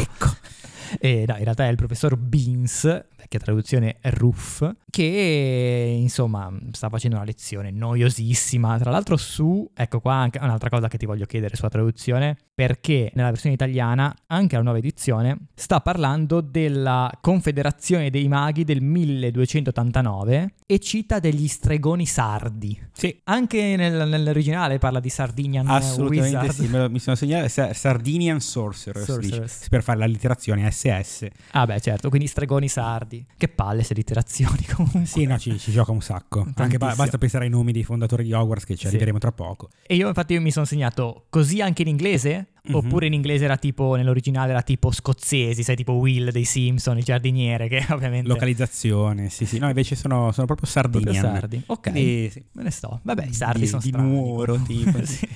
S2: Eh, no, in realtà è il professor Beans, vecchia traduzione Ruff, che insomma sta facendo una lezione noiosissima, tra l'altro su, ecco qua anche un'altra cosa che ti voglio chiedere sulla traduzione, perché nella versione italiana, anche la nuova edizione, sta parlando della Confederazione dei Maghi del 1289 e cita degli stregoni sardi.
S1: Sì,
S2: Anche nel- nell'originale parla di Sardinian
S1: assolutamente
S2: Wizard.
S1: sì. me lo- mi sono segnato Sa- Sardinian Sorcerer, si dice,
S2: Sorcerers.
S1: per fare la literazione SS.
S2: Ah beh, certo, quindi stregoni sardi. Che palle se literazioni [LAUGHS] comunque.
S1: Sì, no, ci, ci gioca un sacco. Anche
S2: Tantissimo.
S1: ba- basta pensare ai nomi dei fondatori di Hogwarts che ci
S2: Sì.
S1: arriveremo tra poco.
S2: E io infatti io mi sono segnato così anche in inglese?
S1: Mhm.
S2: Oppure in inglese era tipo, nell'originale era tipo scozzesi, sai tipo Will dei Simpson, il giardiniere, che [LAUGHS] ovviamente...
S1: Localizzazione, sì, sì. No, invece sono, sono proprio
S2: Proprio
S1: Sardinian.
S2: sardi. Ok,
S1: Quindi,
S2: [LAUGHS]
S1: sì.
S2: me ne sto. Vabbè, i sardi
S1: Di-
S2: sono
S1: di
S2: strani.
S1: Nuoro,
S2: [LAUGHS]
S1: tipo.
S2: Sì.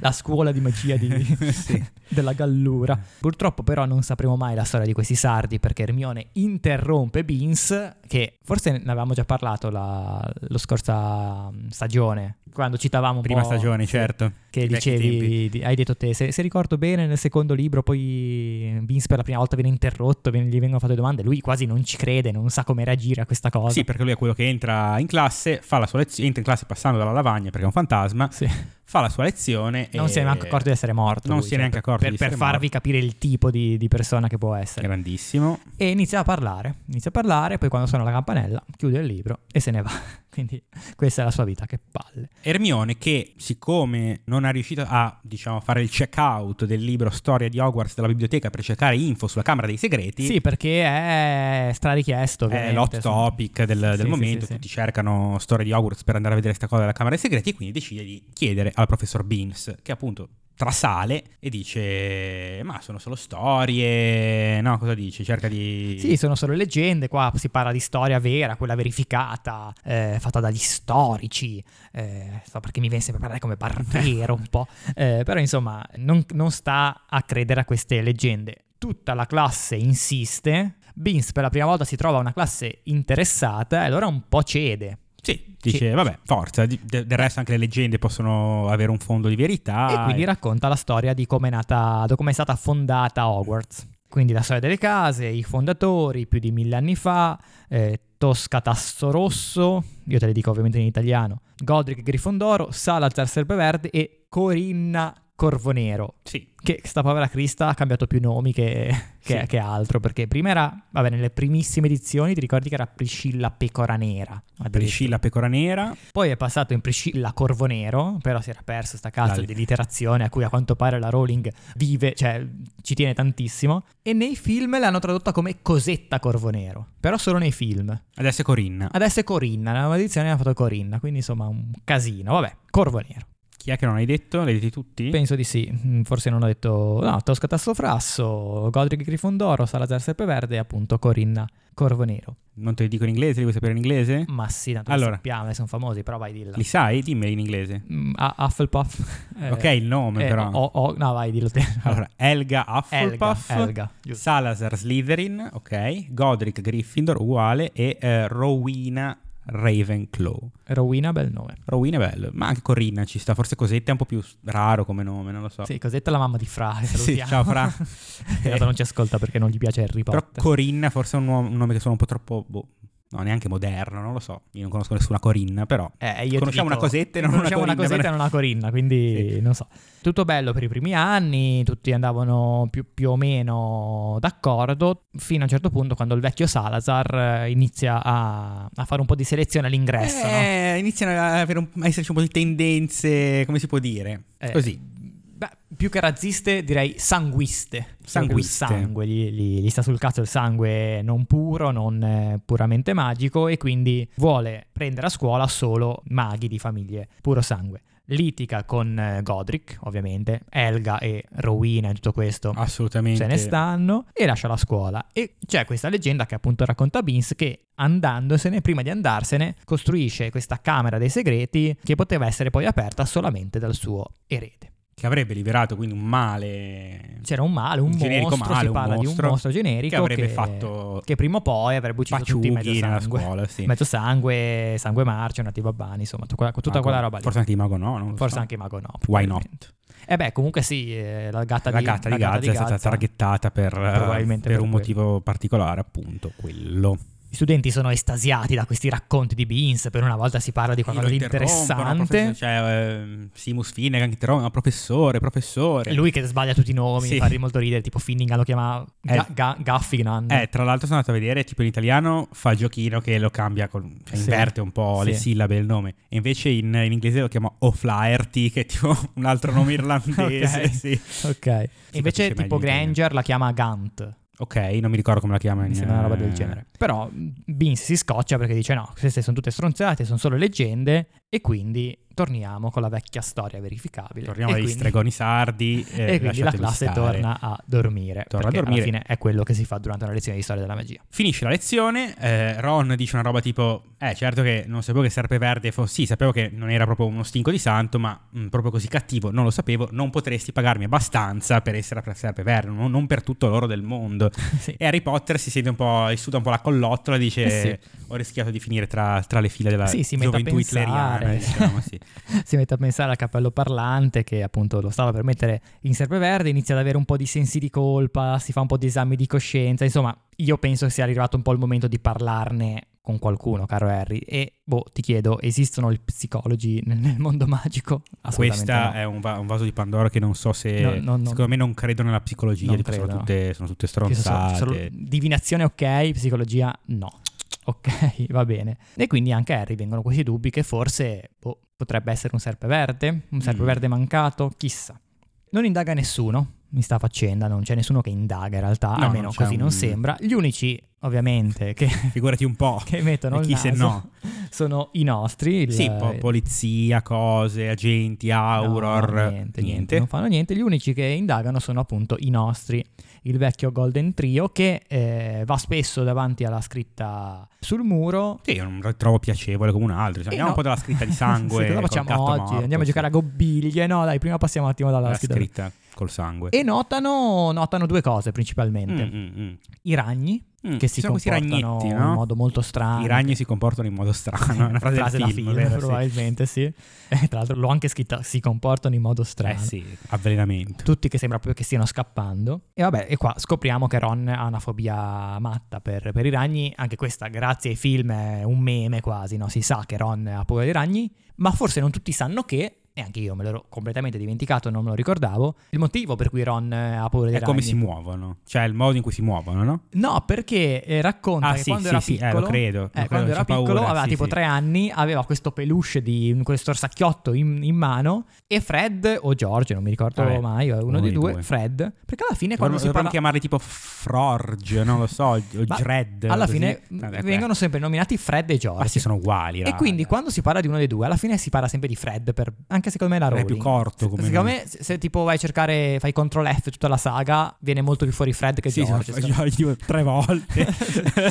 S2: La scuola di magia di-
S1: [LAUGHS] Sì.
S2: della gallura. Purtroppo però non sapremo mai la storia di questi sardi perché Hermione interrompe Beans, che forse ne avevamo già parlato la, lo scorsa mm, stagione, quando citavamo un
S1: Prima
S2: po'...
S1: stagione,
S2: sì,
S1: certo.
S2: Che
S1: I vecchi tempi.
S2: dicevi, di- hai detto te, se, se ricordo bene nel secondo libro poi Beans per la prima volta viene interrotto, viene- gli vengono fatte domande, lui quasi non ci crede, non sa come reagire a questa cosa.
S1: Sì, perché lui è quello che entra in classe, fa la sua lezione, entra in classe passando dalla lavagna perché è un fantasma,
S2: Sì.
S1: fa la sua lezione
S2: Non
S1: e...
S2: si è neanche accorto di essere morto.
S1: Eh, Non
S2: lui, cioè,
S1: si è neanche accorto
S2: per,
S1: di
S2: per
S1: essere
S2: farvi cioè. capire il tipo di, di persona che può essere.
S1: Grandissimo.
S2: E inizia a parlare, inizia a parlare, poi quando suona la campanella chiude il libro e se ne va. [LAUGHS] Quindi questa è la sua vita, che palle.
S1: Hermione che siccome non è riuscita a diciamo, fare il check out del libro Storia di Hogwarts dalla biblioteca per cercare info sulla Camera dei Segreti
S2: Sì, perché è strarichiesto.
S1: è
S2: ovviamente,
S1: l'hot
S2: insomma.
S1: topic del, del
S2: Sì, sì,
S1: momento
S2: sì, sì.
S1: tutti cercano Storia di Hogwarts per andare a vedere questa cosa della Camera dei Segreti e quindi decide di chiedere al professor Beans che appunto trasale e dice ma sono solo storie no cosa dice cerca di
S2: Sì, sono solo leggende, qua si parla di storia vera, quella verificata, eh, fatta dagli storici, eh, so perché mi viene sempre a parlare come barbiero un po', Eh, però insomma non, non sta a credere a queste leggende. Tutta la classe insiste, Beans per la prima volta si trova una classe interessata e allora un po' cede.
S1: Sì, dice
S2: Sì.
S1: vabbè forza di- de- del resto anche le leggende possono avere un fondo di verità
S2: e quindi racconta la storia di come è nata, di come è stata fondata Hogwarts. Quindi la storia delle case, i fondatori, più di mille anni fa, eh, Tosca Tasso Rosso, io te le dico ovviamente in italiano, Godric Grifondoro, Salazar Serpeverde e Corinna Corvonero.
S1: sì
S2: Che sta povera Crista ha cambiato più nomi che, che-
S1: Sì.
S2: che altro, perché prima era, vabbè, nelle primissime edizioni ti ricordi che era Priscilla Pecora Nera. addirittura.
S1: Priscilla Pecora Nera
S2: Poi è passato in Priscilla Corvonero, però si era perso sta cazzo
S1: Dai.
S2: di literazione a cui a quanto pare la Rowling vive, cioè ci tiene tantissimo. E nei film l'hanno tradotta come Cosetta Corvonero, però solo nei film.
S1: adesso è Corinna
S2: Adesso è Corinna, nella nuova edizione hanno fatto Corinna, quindi insomma un casino. Vabbè, Corvonero.
S1: chi è che non hai detto? l'hai detto tutti?
S2: Penso di sì, Mm, forse non ho detto... No, Tosca Tassofrasso, Godric Grifondoro, Salazar Serpeverde e appunto Corinna Corvonero.
S1: non te li dico in inglese? li vuoi sapere in inglese?
S2: Ma sì, tanto lo
S1: Allora.
S2: sappiamo, eh, sono famosi, però vai dilla.
S1: li sai? dimmeli in inglese
S2: Mm, a- Hufflepuff. [LAUGHS] eh,
S1: ok il nome
S2: Eh,
S1: però
S2: o- o- no, vai, dillo te.
S1: [LAUGHS] Allora, Elga Hufflepuff,
S2: Elga, Elga, giusto.
S1: Salazar Slytherin, ok, Godric Gryffindor uguale e eh, Rowena Ravenclaw.
S2: Rowena, bel nome.
S1: Rowena è bello, ma anche Corrina ci sta, forse Cosetta è un po' più raro come nome, non lo so.
S2: Sì, Cosetta è la mamma di Fra. che
S1: Sì,
S2: salutiamo.
S1: ciao [LAUGHS]
S2: [LAUGHS]
S1: Fra. [LAUGHS]
S2: In realtà non ci ascolta perché non gli piace Harry
S1: Però
S2: Potter.
S1: Corinna forse è un, uomo- un nome che sono un po' troppo, boh, no, neanche moderno, non lo so. Io non conosco nessuna Corinna, però
S2: Eh, io ti
S1: conosciamo
S2: dico-
S1: una Cosetta e non
S2: conosciamo
S1: una
S2: una
S1: Corinna.
S2: cosetta e non una Corinna, quindi non so. Tutto bello per i primi anni, tutti andavano più, più o meno d'accordo, fino a un certo punto quando il vecchio Salazar eh, inizia a, a fare un po' di selezione all'ingresso, no?
S1: Eh, iniziano a, avere un- a esserci un po' di tendenze, come si può dire?
S2: Eh,
S1: Così.
S2: Beh, più che razziste direi sanguiste. Proprio il
S1: Sanguiste.
S2: Sangue, gli, gli- gli sta sul cazzo il sangue non puro, non eh, puramente magico e quindi vuole prendere a scuola solo maghi di famiglie puro sangue. Litica con eh, Godric, ovviamente, Elga e Rowena e tutto questo.
S1: Assolutamente.
S2: Se ne stanno e lascia la scuola. E c'è questa leggenda che appunto racconta Beans che andandosene, prima di andarsene, costruisce questa camera dei segreti che poteva essere poi aperta solamente dal suo erede.
S1: che avrebbe liberato quindi un male
S2: C'era un male, un,
S1: Un generico
S2: mostro,
S1: male,
S2: si
S1: un
S2: parla di un
S1: mostro
S2: mostro generico
S1: che avrebbe fatto
S2: che prima o poi avrebbe ucciso tutti in mezzo
S1: baciughi nella
S2: sangue.
S1: scuola, sì.
S2: Mezzo sangue, sangue marcio, nati babbani, insomma, tutta quella, tutta
S1: Mago-
S2: quella roba lì.
S1: Forse anche il mago no, non lo
S2: Forse
S1: so.
S2: anche Mago no.
S1: Why
S2: probabilmente.
S1: not?
S2: Eh beh, comunque sì, eh, la gatta
S1: la
S2: di,
S1: gatta
S2: la
S1: di Gaza è stata targhettata per,
S2: Probabilmente
S1: per
S2: per
S1: un
S2: quello.
S1: motivo particolare, appunto quello.
S2: Gli studenti sono estasiati da questi racconti di Beans, per una volta si parla di qualcosa di
S1: Lo interrompono, professore,
S2: interessante.
S1: Cioè, ehm, Simus Finnegan che interrompe, ma professore, professore.
S2: Lui che sbaglia tutti i nomi,
S1: Sì.
S2: mi fa ri- molto ridere, tipo Finningham lo chiama Ga-
S1: Eh.
S2: Ga- Gaffigan.
S1: Eh, tra l'altro sono andato a vedere, tipo in italiano fa il giochino che lo cambia, con, cioè
S2: Sì.
S1: inverte un po' le
S2: Sì.
S1: sillabe e il nome. E invece in, in inglese lo chiama O'Flaherty, che è tipo [LAUGHS] un altro
S2: [LAUGHS]
S1: nome irlandese.
S2: Ok.
S1: sì.
S2: ok.
S1: Si capisce
S2: Invece tipo
S1: meglio in italiano.
S2: Granger la chiama Gant.
S1: Ok, non mi ricordo come la chiama.
S2: Mi
S1: in- eh,
S2: sembra una roba del genere. Però mh, Beans si scoccia perché dice no, queste sono tutte stronzate, sono solo leggende e quindi torniamo con la vecchia storia verificabile.
S1: Torniamo
S2: E
S1: agli
S2: quindi-
S1: stregoni sardi. [LAUGHS] eh,
S2: E quindi la
S1: lasciateli
S2: classe
S1: stare.
S2: torna a dormire.
S1: Torna a
S2: perché
S1: dormire.
S2: alla fine è quello che si fa durante una lezione di storia della magia. [LAUGHS]
S1: Finisce la lezione, eh, Ron dice una roba tipo, eh certo che non sapevo che Serpeverde fosse, sì sapevo che non era proprio uno stinco di santo, ma mm, proprio così cattivo non lo sapevo, non potresti pagarmi abbastanza per essere a Serpeverde, non, non per tutto l'oro del mondo.
S2: Sì.
S1: E Harry Potter si siede un po', e suda un po' la collottola e dice,
S2: Eh
S1: ho rischiato di finire tra, tra le file della
S2: Sì, si mette a
S1: gioventù hitleriana,
S2: pensare.
S1: diciamo, sì.
S2: si mette a pensare al cappello parlante che appunto lo stava per mettere in serpeverde, inizia ad avere un po' di sensi di colpa, si fa un po' di esami di coscienza, insomma io penso che sia arrivato un po' il momento di parlarne con qualcuno, caro Harry, e boh, ti chiedo, esistono gli psicologi nel, nel mondo magico? Assolutamente
S1: Questa
S2: no.
S1: è un, va- un vaso di Pandora che non so se...
S2: No, no, no.
S1: Secondo me non credo nella psicologia,
S2: Non
S1: tipo, sono,
S2: credo.
S1: tutte, sono tutte
S2: Ci sono- ci
S1: stronzate.
S2: sono- divinazione ok, psicologia no. Ok, [LAUGHS] va bene. E quindi anche a Harry vengono questi dubbi che forse boh, potrebbe essere un serpeverde, un
S1: Mm.
S2: serpeverde mancato, chissà. Non indaga nessuno in sta faccenda, non c'è nessuno che indaga in realtà,
S1: No,
S2: almeno
S1: non c'è
S2: così non
S1: un-
S2: sembra. Gli unici, ovviamente, [LAUGHS]
S1: [LAUGHS]
S2: che,
S1: Figurati un po'.
S2: [LAUGHS] che mettono
S1: E
S2: il
S1: chi se
S2: naso [LAUGHS]
S1: no?
S2: sono i nostri. il-
S1: Sì, po- polizia, cose, agenti, auror,
S2: No,
S1: niente.
S2: niente, niente, non fanno niente. Gli unici che indagano sono appunto i nostri, il vecchio Golden Trio che eh, va spesso davanti alla scritta sul muro.
S1: Sì, non lo trovo piacevole come un altro. Cioè,
S2: Eh,
S1: andiamo
S2: no.
S1: un po' dalla scritta di sangue.
S2: [LAUGHS] Sì, cosa
S1: col
S2: facciamo
S1: gatto
S2: oggi?
S1: morto,
S2: Andiamo a
S1: sì.
S2: giocare a gobbiglie? No, dai, prima passiamo un attimo dalla
S1: la
S2: scritta.
S1: scritta col sangue.
S2: E notano, notano due cose principalmente.
S1: Mm, mm, mm.
S2: I ragni,
S1: Mm,
S2: che si
S1: sono questi
S2: comportano
S1: ragnetti,
S2: in
S1: no?
S2: modo molto strano.
S1: I ragni si comportano in modo strano.
S2: [LAUGHS]
S1: è Una frase, del film, vero? Sì.
S2: probabilmente, sì. [LAUGHS] Eh, tra l'altro l'ho anche scritta, si comportano in modo strano.
S1: Eh sì, avvelenamento.
S2: tutti che sembra proprio che stiano scappando. E vabbè, e qua scopriamo che Ron ha una fobia matta per, per i ragni. Anche questa, grazie ai film, è un meme quasi, no? Si sa che Ron ha paura dei ragni, ma forse non tutti sanno che. E anche io me l'ero completamente dimenticato, non me lo ricordavo. Il motivo per cui Ron ha paura dei
S1: È
S2: ragni.
S1: come si muovono, cioè il modo in cui si muovono, no?
S2: No, perché eh, racconta
S1: Ah,
S2: che
S1: sì,
S2: quando
S1: sì,
S2: era
S1: sì, eh, lo
S2: piccolo,
S1: credo, lo credo,
S2: quando
S1: c'ho
S2: era piccolo
S1: paura,
S2: aveva
S1: sì,
S2: tipo
S1: sì.
S2: tre anni, aveva questo peluche di questo orsacchiotto in, in mano e Fred o George, non mi ricordo
S1: Vabbè,
S2: mai, uno,
S1: uno
S2: dei
S1: dei
S2: due,
S1: due.
S2: Fred, perché alla fine
S1: Dovremmo,
S2: quando si
S1: dovremmo
S2: parla
S1: chiamarli tipo Frorge, non lo so, o
S2: Ma
S1: Dread.
S2: alla
S1: così.
S2: fine
S1: Vabbè,
S2: vengono sempre nominati Fred e George.
S1: Ma sì, sono uguali,
S2: E
S1: raga.
S2: quindi quando si parla di uno dei due, alla fine si parla sempre di Fred, per, anche secondo me la
S1: È
S2: Rowling.
S1: più corto come
S2: Secondo
S1: nome.
S2: me, se, se tipo vai a cercare, fai CTRL F tutta la saga, viene molto più fuori Fred che
S1: Sì, sono-
S2: George. secondo me.
S1: io- tre
S2: [LAUGHS]
S1: volte.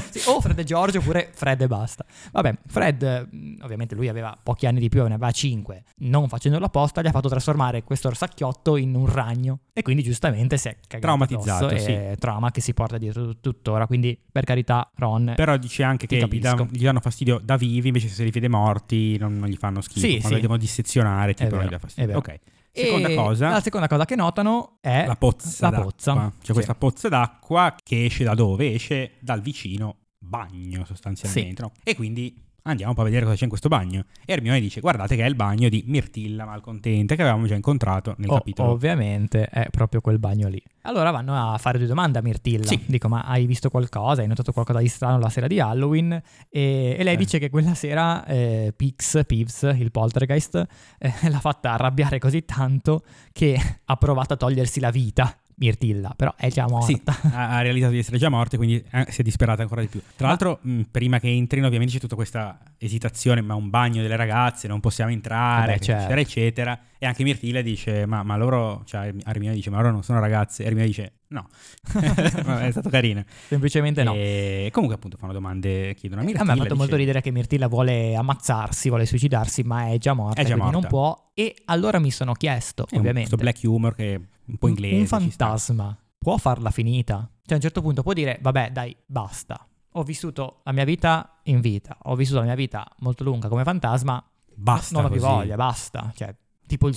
S2: Sì, o Fred e George oppure Fred e basta. Vabbè, Fred, eh, ovviamente lui aveva pochi anni di più, ne aveva 5. Non facendolo apposta, gli ha fatto trasformare questo orsacchiotto in un ragno. E quindi giustamente si è cagato.
S1: Traumatizzato,
S2: addosso e trauma che si porta dietro tut- tuttora. Quindi, per carità, Ron.
S1: Però dice anche
S2: Ti
S1: che gli, dan-
S2: capisco.
S1: gli danno fastidio da vivi, invece se li vede morti non, non gli fanno schifo.
S2: Sì,
S1: Quando
S2: sì.
S1: li devono dissezionare,
S2: È
S1: tipo, non
S2: vero,
S1: gli dà fastidio.
S2: è vero.
S1: Ok. Seconda
S2: E
S1: cosa,
S2: La seconda cosa che notano è
S1: la pozza.
S2: Eh, La
S1: d'acqua.
S2: pozza.
S1: C'è questa pozza d'acqua che esce da dove? Esce dal vicino bagno, sostanzialmente. no? E quindi andiamo un po' a vedere cosa c'è in questo bagno. E Hermione dice, guardate che è il bagno di Mirtilla Malcontenta, che avevamo già incontrato nel
S2: O-
S1: capitolo.
S2: Ovviamente è proprio quel bagno lì. Allora vanno a fare due domande a Mirtilla.
S1: Sì.
S2: Dico, ma hai visto qualcosa? Hai notato qualcosa di strano la sera di Halloween? E, e lei
S1: Eh.
S2: dice che quella sera eh, Pix, Peeves, il poltergeist, eh, [LAUGHS] l'ha fatta arrabbiare così tanto che [LAUGHS] ha provato a togliersi la vita. Mirtilla, però eh, è già morta. [LAUGHS]
S1: Sì, [LAUGHS] ha, ha realizzato di essere già morta e quindi eh, si è disperata ancora di più. Tra l'altro, mh, prima che entrino, ovviamente c'è tutta questa esitazione, ma un bagno delle ragazze, non possiamo entrare,
S2: Vabbè, certo.
S1: eccetera, eccetera. E anche Mirtilla dice, ma, ma loro, cioè Hermione dice, ma loro non sono ragazze. E Hermione dice, no. [LAUGHS] Vabbè, è stato carino.
S2: Semplicemente no. Eh,
S1: E comunque appunto fanno domande, chiedono a
S2: A
S1: Mirtilla.
S2: me ha fatto
S1: dice-
S2: molto ridere che Mirtilla vuole ammazzarsi, vuole suicidarsi, ma è già morta,
S1: È già
S2: quindi
S1: morta.
S2: non può. E allora mi sono chiesto,
S1: è un-
S2: ovviamente,
S1: Questo black humor che è un po' inglese.
S2: Un
S1: ci sta.
S2: fantasma può farla finita. Cioè, a un certo punto può dire, vabbè, dai, basta. Ho vissuto la mia vita in vita. Ho vissuto la mia vita molto lunga come fantasma.
S1: Basta
S2: non ho più
S1: così.
S2: voglia, basta. Cioè, Tipo il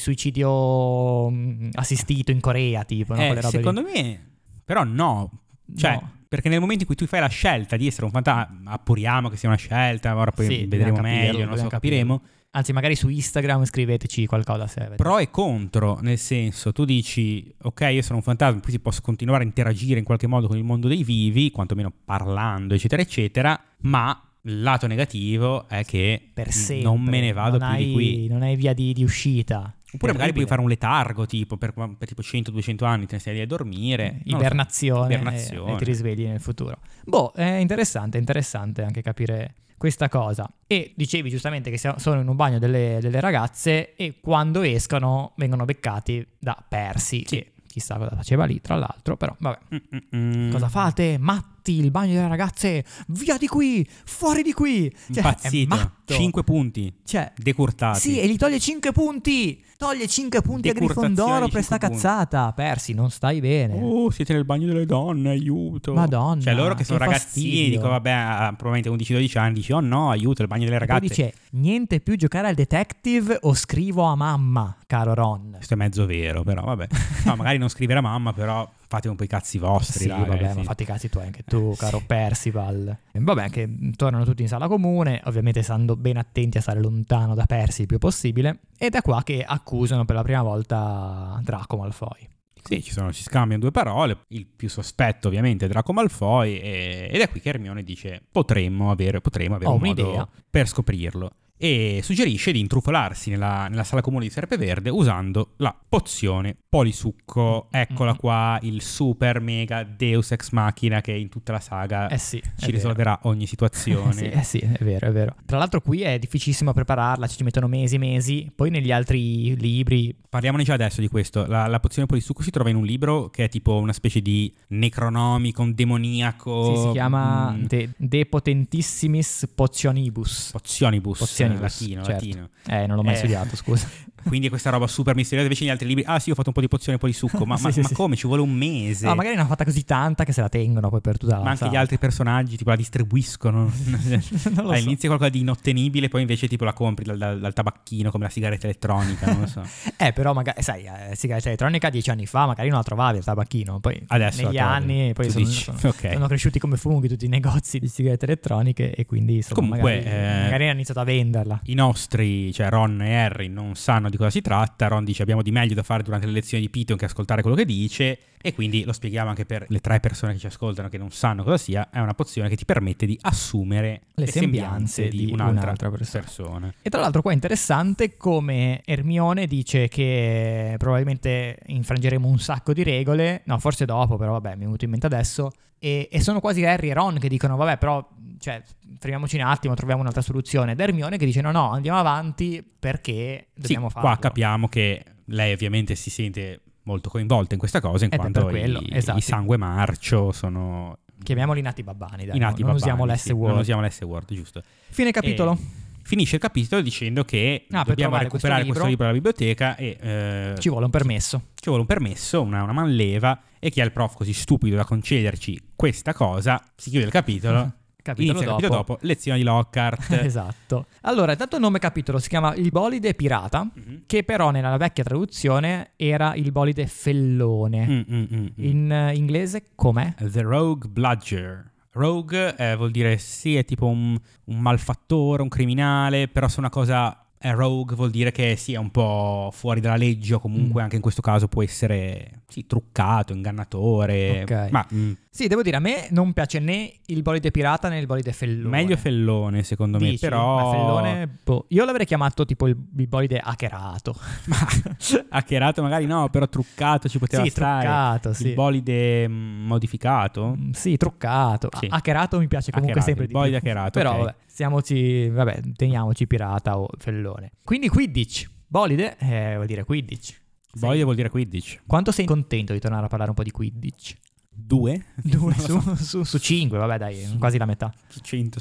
S2: suicidio mh, assistito in Corea, tipo, no?
S1: Eh,
S2: Quelle robe lì.
S1: secondo me, però no. Cioè,
S2: No.
S1: perché nel momento in cui tu fai la scelta di essere un fantasma, appuriamo che sia una scelta, ora poi
S2: Sì, dobbiamo
S1: vedremo
S2: capirlo,
S1: meglio, non lo so,
S2: dobbiamo
S1: capiremo.
S2: Anzi, magari su Instagram scriveteci qualcosa se avete.
S1: Pro e contro, nel senso, tu dici, ok, io sono un fantasma, quindi posso continuare a interagire in qualche modo con il mondo dei vivi, quantomeno parlando, eccetera, eccetera, ma il lato negativo è che
S2: per
S1: n-
S2: sempre.
S1: non me ne vado
S2: non
S1: più
S2: hai-
S1: di qui.
S2: Non hai via di, di uscita.
S1: Oppure magari puoi
S2: Terribile.
S1: fare un letargo, tipo, per, per tipo 100-200 anni te ne stai lì a dormire. non lo so.
S2: ibernazione,
S1: Ibernazione.
S2: E, e ti risvegli nel futuro. Boh, è interessante, interessante anche capire questa cosa. E dicevi giustamente che sia- sono in un bagno delle, delle ragazze e quando escono vengono beccati da Persi, che chissà cosa faceva lì, tra l'altro, però vabbè.
S1: Mm, mm, mm.
S2: Cosa fate? Matti, il bagno delle ragazze, via di qui, fuori di qui. Cioè, è
S1: Impazzito.
S2: matto.
S1: 5 punti.
S2: Cioè,
S1: Decurtati.
S2: sì, e gli toglie 5 punti. Toglie 5 punti a
S1: Decurtazione di
S2: Grifondoro per
S1: cinque
S2: sta
S1: punti.
S2: cazzata. Persi, non stai bene.
S1: Oh, siete nel bagno delle donne, aiuto.
S2: Eh. Madonna,
S1: Cioè, loro che
S2: che
S1: sono ragazzini,
S2: fastidio.
S1: dico, vabbè, ah, probabilmente 11-12 anni, dici, oh no, aiuto, il bagno delle
S2: Poi
S1: ragazze.
S2: dice niente più giocare al detective o scrivo a mamma, caro Ron.
S1: Questo è mezzo vero, però,
S2: [LAUGHS]
S1: vabbè. No, magari non scrivere a mamma, però fate un po' i cazzi vostri.
S2: Sì,
S1: dai,
S2: vabbè,
S1: ragazzi.
S2: ma fatti i cazzi tuoi anche tu,
S1: Eh,
S2: caro
S1: sì.
S2: Percival. E Vabbè, che tornano tutti in sala comune, ovviamente stando ben attenti a stare lontano da Percy il più possibile. Ed è qua che accusano per la prima volta Draco Malfoy.
S1: Sì, ci, sono, ci scambiano due parole. Il più sospetto, ovviamente, è Draco Malfoy. e- ed è qui che Hermione dice: Potremmo avere, potremmo avere
S2: Ho
S1: un
S2: un'idea."
S1: modo per scoprirlo. E suggerisce di intrufolarsi nella, nella sala comune di Serpeverde usando la pozione polisucco.
S2: Mm,
S1: Eccola qua, il super mega Deus ex machina che in tutta la saga
S2: Eh sì, è
S1: ci
S2: vero.
S1: risolverà ogni situazione.
S2: Eh [LAUGHS] sì, eh sì, è vero, è vero. Tra l'altro qui è difficissimo prepararla, ci ci mettono mesi e mesi, poi negli altri libri
S1: Parliamone già adesso di questo. La, la pozione polisucco si trova in un libro che è tipo una specie di necronomicon demoniaco.
S2: sì, si chiama
S1: mm,
S2: De, De Potentissimis Potionibus.
S1: Pozionibus,
S2: Pozionibus,
S1: eh, latino,
S2: certo.
S1: latino.
S2: Eh, non l'ho mai
S1: Eh.
S2: studiato, scusa.
S1: [LAUGHS] Quindi è questa roba super misteriosa. Invece negli altri libri, ah sì, ho fatto un po' di pozione e poi di succo. Ma,
S2: [LAUGHS] Sì,
S1: ma-
S2: sì,
S1: ma
S2: sì.
S1: come? Ci vuole un mese.
S2: Ah, magari ne hanno fatta così tanta che se la tengono poi per tutta la
S1: ma anche
S2: sala.
S1: gli altri personaggi, tipo, la distribuiscono.
S2: [LAUGHS] Non lo so.
S1: All'inizio è qualcosa di inottenibile, poi invece, tipo, la compri dal, dal- dal tabacchino, come la sigaretta elettronica. non lo
S2: [LAUGHS]
S1: so.
S2: Eh, però magari, sai, eh, sigaretta elettronica dieci anni fa magari non la trovavi il tabacchino. Poi
S1: Adesso
S2: negli
S1: la trovi.
S2: anni, poi
S1: Tu
S2: sono,
S1: dici,
S2: sono-
S1: Ah, [LAUGHS] ok.
S2: sono cresciuti come funghi tutti i negozi di sigarette elettroniche e quindi insomma,
S1: Comunque,
S2: magari,
S1: eh,
S2: magari hanno iniziato a venderla.
S1: I nostri, cioè Ron e Harry, non sanno di cosa si tratta. Ron dice: Abbiamo di meglio da fare durante le lezioni di Piton che ascoltare quello che dice. E quindi lo spieghiamo anche per le tre persone che ci ascoltano che non sanno cosa sia. È una pozione che ti permette di assumere
S2: Le sembianze di un'altra persona. E tra l'altro qua è interessante come Hermione dice che probabilmente infrangeremo un sacco di regole, no forse dopo però vabbè mi è venuto in mente adesso, e, e sono quasi Harry e Ron che dicono vabbè però cioè, fermiamoci un attimo, troviamo un'altra soluzione, ed Hermione che dice no no andiamo avanti perché
S1: Sì,
S2: dobbiamo farlo.
S1: qua capiamo che lei ovviamente si sente molto coinvolta in questa cosa in
S2: Ed è
S1: quanto
S2: per quello,
S1: i,
S2: esatto.
S1: i sangue marcio sono
S2: Chiamiamoli i nati babbani, dai,
S1: i nati
S2: non,
S1: babbani,
S2: non usiamo l'S
S1: sì,
S2: word.
S1: non usiamo l'S word, giusto.
S2: Fine capitolo.
S1: E finisce il capitolo dicendo che
S2: Ah, per
S1: dobbiamo
S2: trovare
S1: recuperare questo
S2: questo
S1: libro dalla biblioteca e eh,
S2: Ci vuole un permesso.
S1: ci vuole un permesso, una, una manleva e chi ha il prof così stupido da concederci questa cosa si chiude il capitolo.
S2: [LAUGHS] Capitolo
S1: inizia il
S2: dopo.
S1: capitolo dopo, lezione di Lockhart. [LAUGHS]
S2: [LAUGHS] esatto. Allora, intanto il nome capitolo si chiama Il bolide pirata,
S1: Mhm.
S2: che però nella vecchia traduzione era il bolide fellone.
S1: Mm, mm, mm, mm.
S2: In eh, inglese com'è?
S1: The Rogue Bludger. Rogue eh, vuol dire sì, è tipo un, un malfattore, un criminale, però se una cosa è rogue vuol dire che sì, è un po' fuori dalla legge o comunque
S2: Mm.
S1: anche in questo caso può essere sì, truccato, ingannatore.
S2: Ok.
S1: Ma mm,
S2: Sì, devo dire, a me non piace né il bolide pirata né il bolide fellone.
S1: meglio fellone secondo me,
S2: Dici?
S1: però...
S2: Ma fellone, boh. Io l'avrei chiamato tipo il, il bolide hackerato.
S1: [LAUGHS] Hackerato magari no, però truccato ci poteva
S2: sì,
S1: stare.
S2: truccato, sì.
S1: Il bolide mm, modificato?
S2: Mm, [LAUGHS] Sì, truccato.
S1: Sì.
S2: Ha- Hackerato mi piace comunque
S1: Hackerato,
S2: sempre
S1: il
S2: di
S1: boy
S2: più.
S1: hackerato,
S2: Però
S1: ok.
S2: vabbè, stiamoci, vabbè, teniamoci pirata o fellone. Quindi Quidditch. Bolide eh, vuol dire Quidditch.
S1: Bolide vuol dire 15.
S2: Quanto sei contento di tornare a parlare un po' di Quidditch?
S1: [LAUGHS] Due?
S2: Due su, su, su cinque, vabbè dai, quasi la metà.
S1: 100.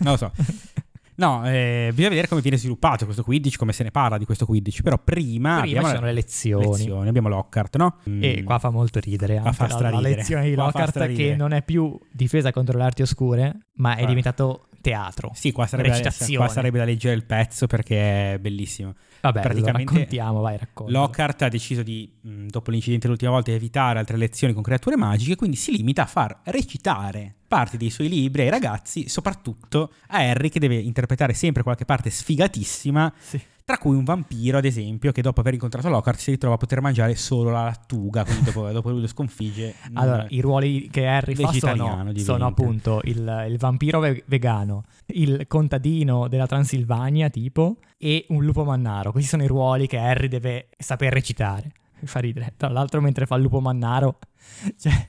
S1: Non lo
S2: [LAUGHS]
S1: so. Ah, No, eh, bisogna vedere come viene sviluppato questo Quidditch, come se ne parla di questo Quidditch. Però prima,
S2: Prima
S1: abbiamo
S2: ci
S1: la-
S2: sono le lezioni.
S1: lezioni, abbiamo Lockhart, no?
S2: E
S1: Mm,
S2: qua fa molto ridere anche
S1: fa
S2: la- la,
S1: straridere.
S2: lezione di
S1: Qua fa
S2: Lockhart
S1: straridere.
S2: che non è più difesa contro le arti oscure, ma è
S1: Fa-
S2: diventato teatro.
S1: Sì, qua sarebbe, da,
S2: recitazione.
S1: qua sarebbe da leggere il pezzo perché è bellissimo.
S2: Vabbè,
S1: praticamente
S2: lo raccontiamo, vai, racconta.
S1: Lockhart ha deciso di, mh, dopo l'incidente l'ultima volta, evitare altre lezioni con creature magiche, quindi si limita a far recitare parti dei suoi libri ai ragazzi, soprattutto a Harry che deve interpretare sempre qualche parte sfigatissima,
S2: Sì.
S1: tra cui un vampiro, ad esempio, che dopo aver incontrato Lockhart si ritrova a poter mangiare solo la lattuga, quindi dopo, [LAUGHS] dopo lui lo sconfigge. mh,
S2: Allora, i ruoli che Harry fa sono,
S1: Vegetariano diventa.
S2: sono appunto il, il vampiro ve- vegano, il contadino della Transilvania, tipo, e un lupo mannaro. Questi sono i ruoli che Harry deve saper recitare. [LAUGHS] Mi fa ridere. Tra l'altro, mentre fa il lupo mannaro, [LAUGHS] cioè.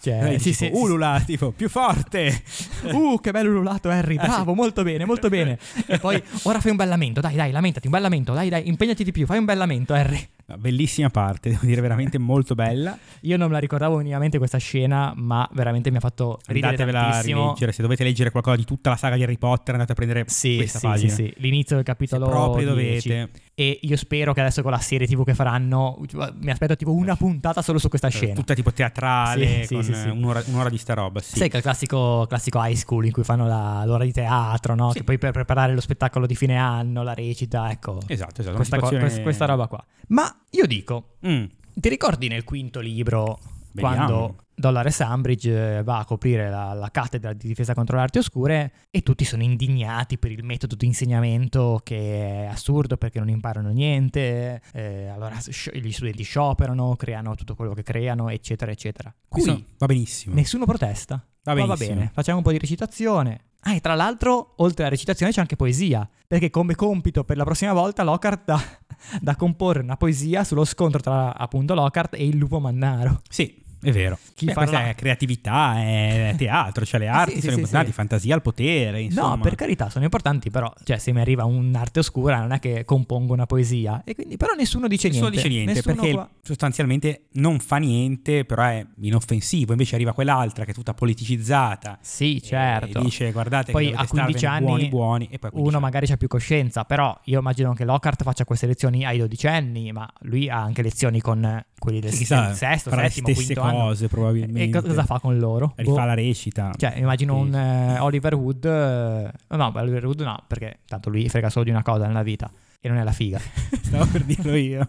S2: cioè
S1: eh, tipo,
S2: sì, sì, sì,
S1: ulula, tipo, più forte!
S2: [LAUGHS]
S1: Eh,
S2: Uh, che bello ululato Harry, bravo, molto bene,
S1: [LAUGHS]
S2: molto bene. E poi, ora fai un bel lamento, dai, dai, lamentati, un bel lamento, dai, dai, impegnati di più, fai un bel lamento, Harry.
S1: Bellissima parte, devo dire, veramente molto
S2: [LAUGHS]
S1: bella.
S2: Io non me la ricordavo minimamente questa scena, ma veramente mi ha fatto ridere
S1: Andatevela a
S2: tantissimo.
S1: rileggere, se dovete leggere qualcosa di tutta la saga di Harry Potter andate a prendere
S2: Sì,
S1: questa
S2: sì, sì,
S1: pagina.
S2: sì, l'inizio del
S1: Se
S2: capitolo
S1: proprio
S2: 10.
S1: dovete.
S2: E io spero che adesso con la serie TV che faranno, mi aspetto tipo una puntata solo su questa
S1: Eh,
S2: scena.
S1: Tutta tipo teatrale,
S2: Sì, sì,
S1: con
S2: sì, sì.
S1: eh, Un'ora, un'ora di sta roba, sì.
S2: Sai che è il classico, classico high school in cui fanno la- l'ora di teatro, no?
S1: Sì.
S2: Che poi per preparare lo spettacolo di fine anno, la recita, ecco.
S1: Esatto, esatto. una
S2: Questa, co-
S1: situazione-
S2: quest- questa roba qua. Ma io dico,
S1: Mm,
S2: ti ricordi nel quinto libro
S1: Vediamo.
S2: quando Dolores Umbridge eh, va a coprire la, la cattedra di difesa contro le arti oscure e tutti sono indignati per il metodo di insegnamento che è assurdo perché non imparano niente, eh, allora sci- gli studenti scioperano, creano tutto quello che creano, eccetera, eccetera. Qui
S1: questo va benissimo.
S2: nessuno protesta.
S1: Mm. Va
S2: Ma va
S1: benissimo.
S2: bene, facciamo un po' di recitazione. Ah, e tra l'altro, oltre alla recitazione c'è anche poesia, perché come compito per la prossima volta Lockhart da, [LAUGHS] da comporre una poesia sullo scontro tra appunto Lockhart e il lupo mannaro.
S1: Sì, è vero.
S2: Chi
S1: Beh,
S2: farà-
S1: questa è creatività, è teatro, cioè le arti
S2: [LAUGHS] sì,
S1: sono
S2: sì,
S1: importanti,
S2: sì.
S1: fantasia al potere, insomma.
S2: No, per carità, sono importanti, però, cioè, se mi arriva un'arte oscura non è che compongo una poesia. E quindi, però nessuno dice
S1: Nessuno
S2: niente.
S1: dice niente
S2: Nessuno
S1: perché
S2: qua-
S1: sostanzialmente non fa niente, però è inoffensivo. Invece arriva quell'altra che è tutta politicizzata,
S2: Sì,
S1: E
S2: certo.
S1: dice, "Guardate che
S2: poi
S1: dovete
S2: a 15
S1: starvene buoni,
S2: anni
S1: buoni", e poi a 15
S2: uno
S1: anni.
S2: magari c'ha più coscienza, però io immagino che Lockhart faccia queste lezioni ai 12 anni, ma lui ha anche lezioni con eh, quelli del,
S1: Sì, chissà,
S2: del sesto,
S1: farà le
S2: settimo,
S1: stesse
S2: quinto anno.
S1: cose, probabilmente.
S2: E co- cosa fa con loro? Boh.
S1: rifà la recita.
S2: Cioè, immagino
S1: Sì.
S2: un eh, Oliver Wood. eh, no, beh, Oliver Wood no, perché tanto lui frega solo di una cosa nella vita e non è
S1: [LAUGHS]
S2: la figa.
S1: [LAUGHS] Stavo per dirlo io.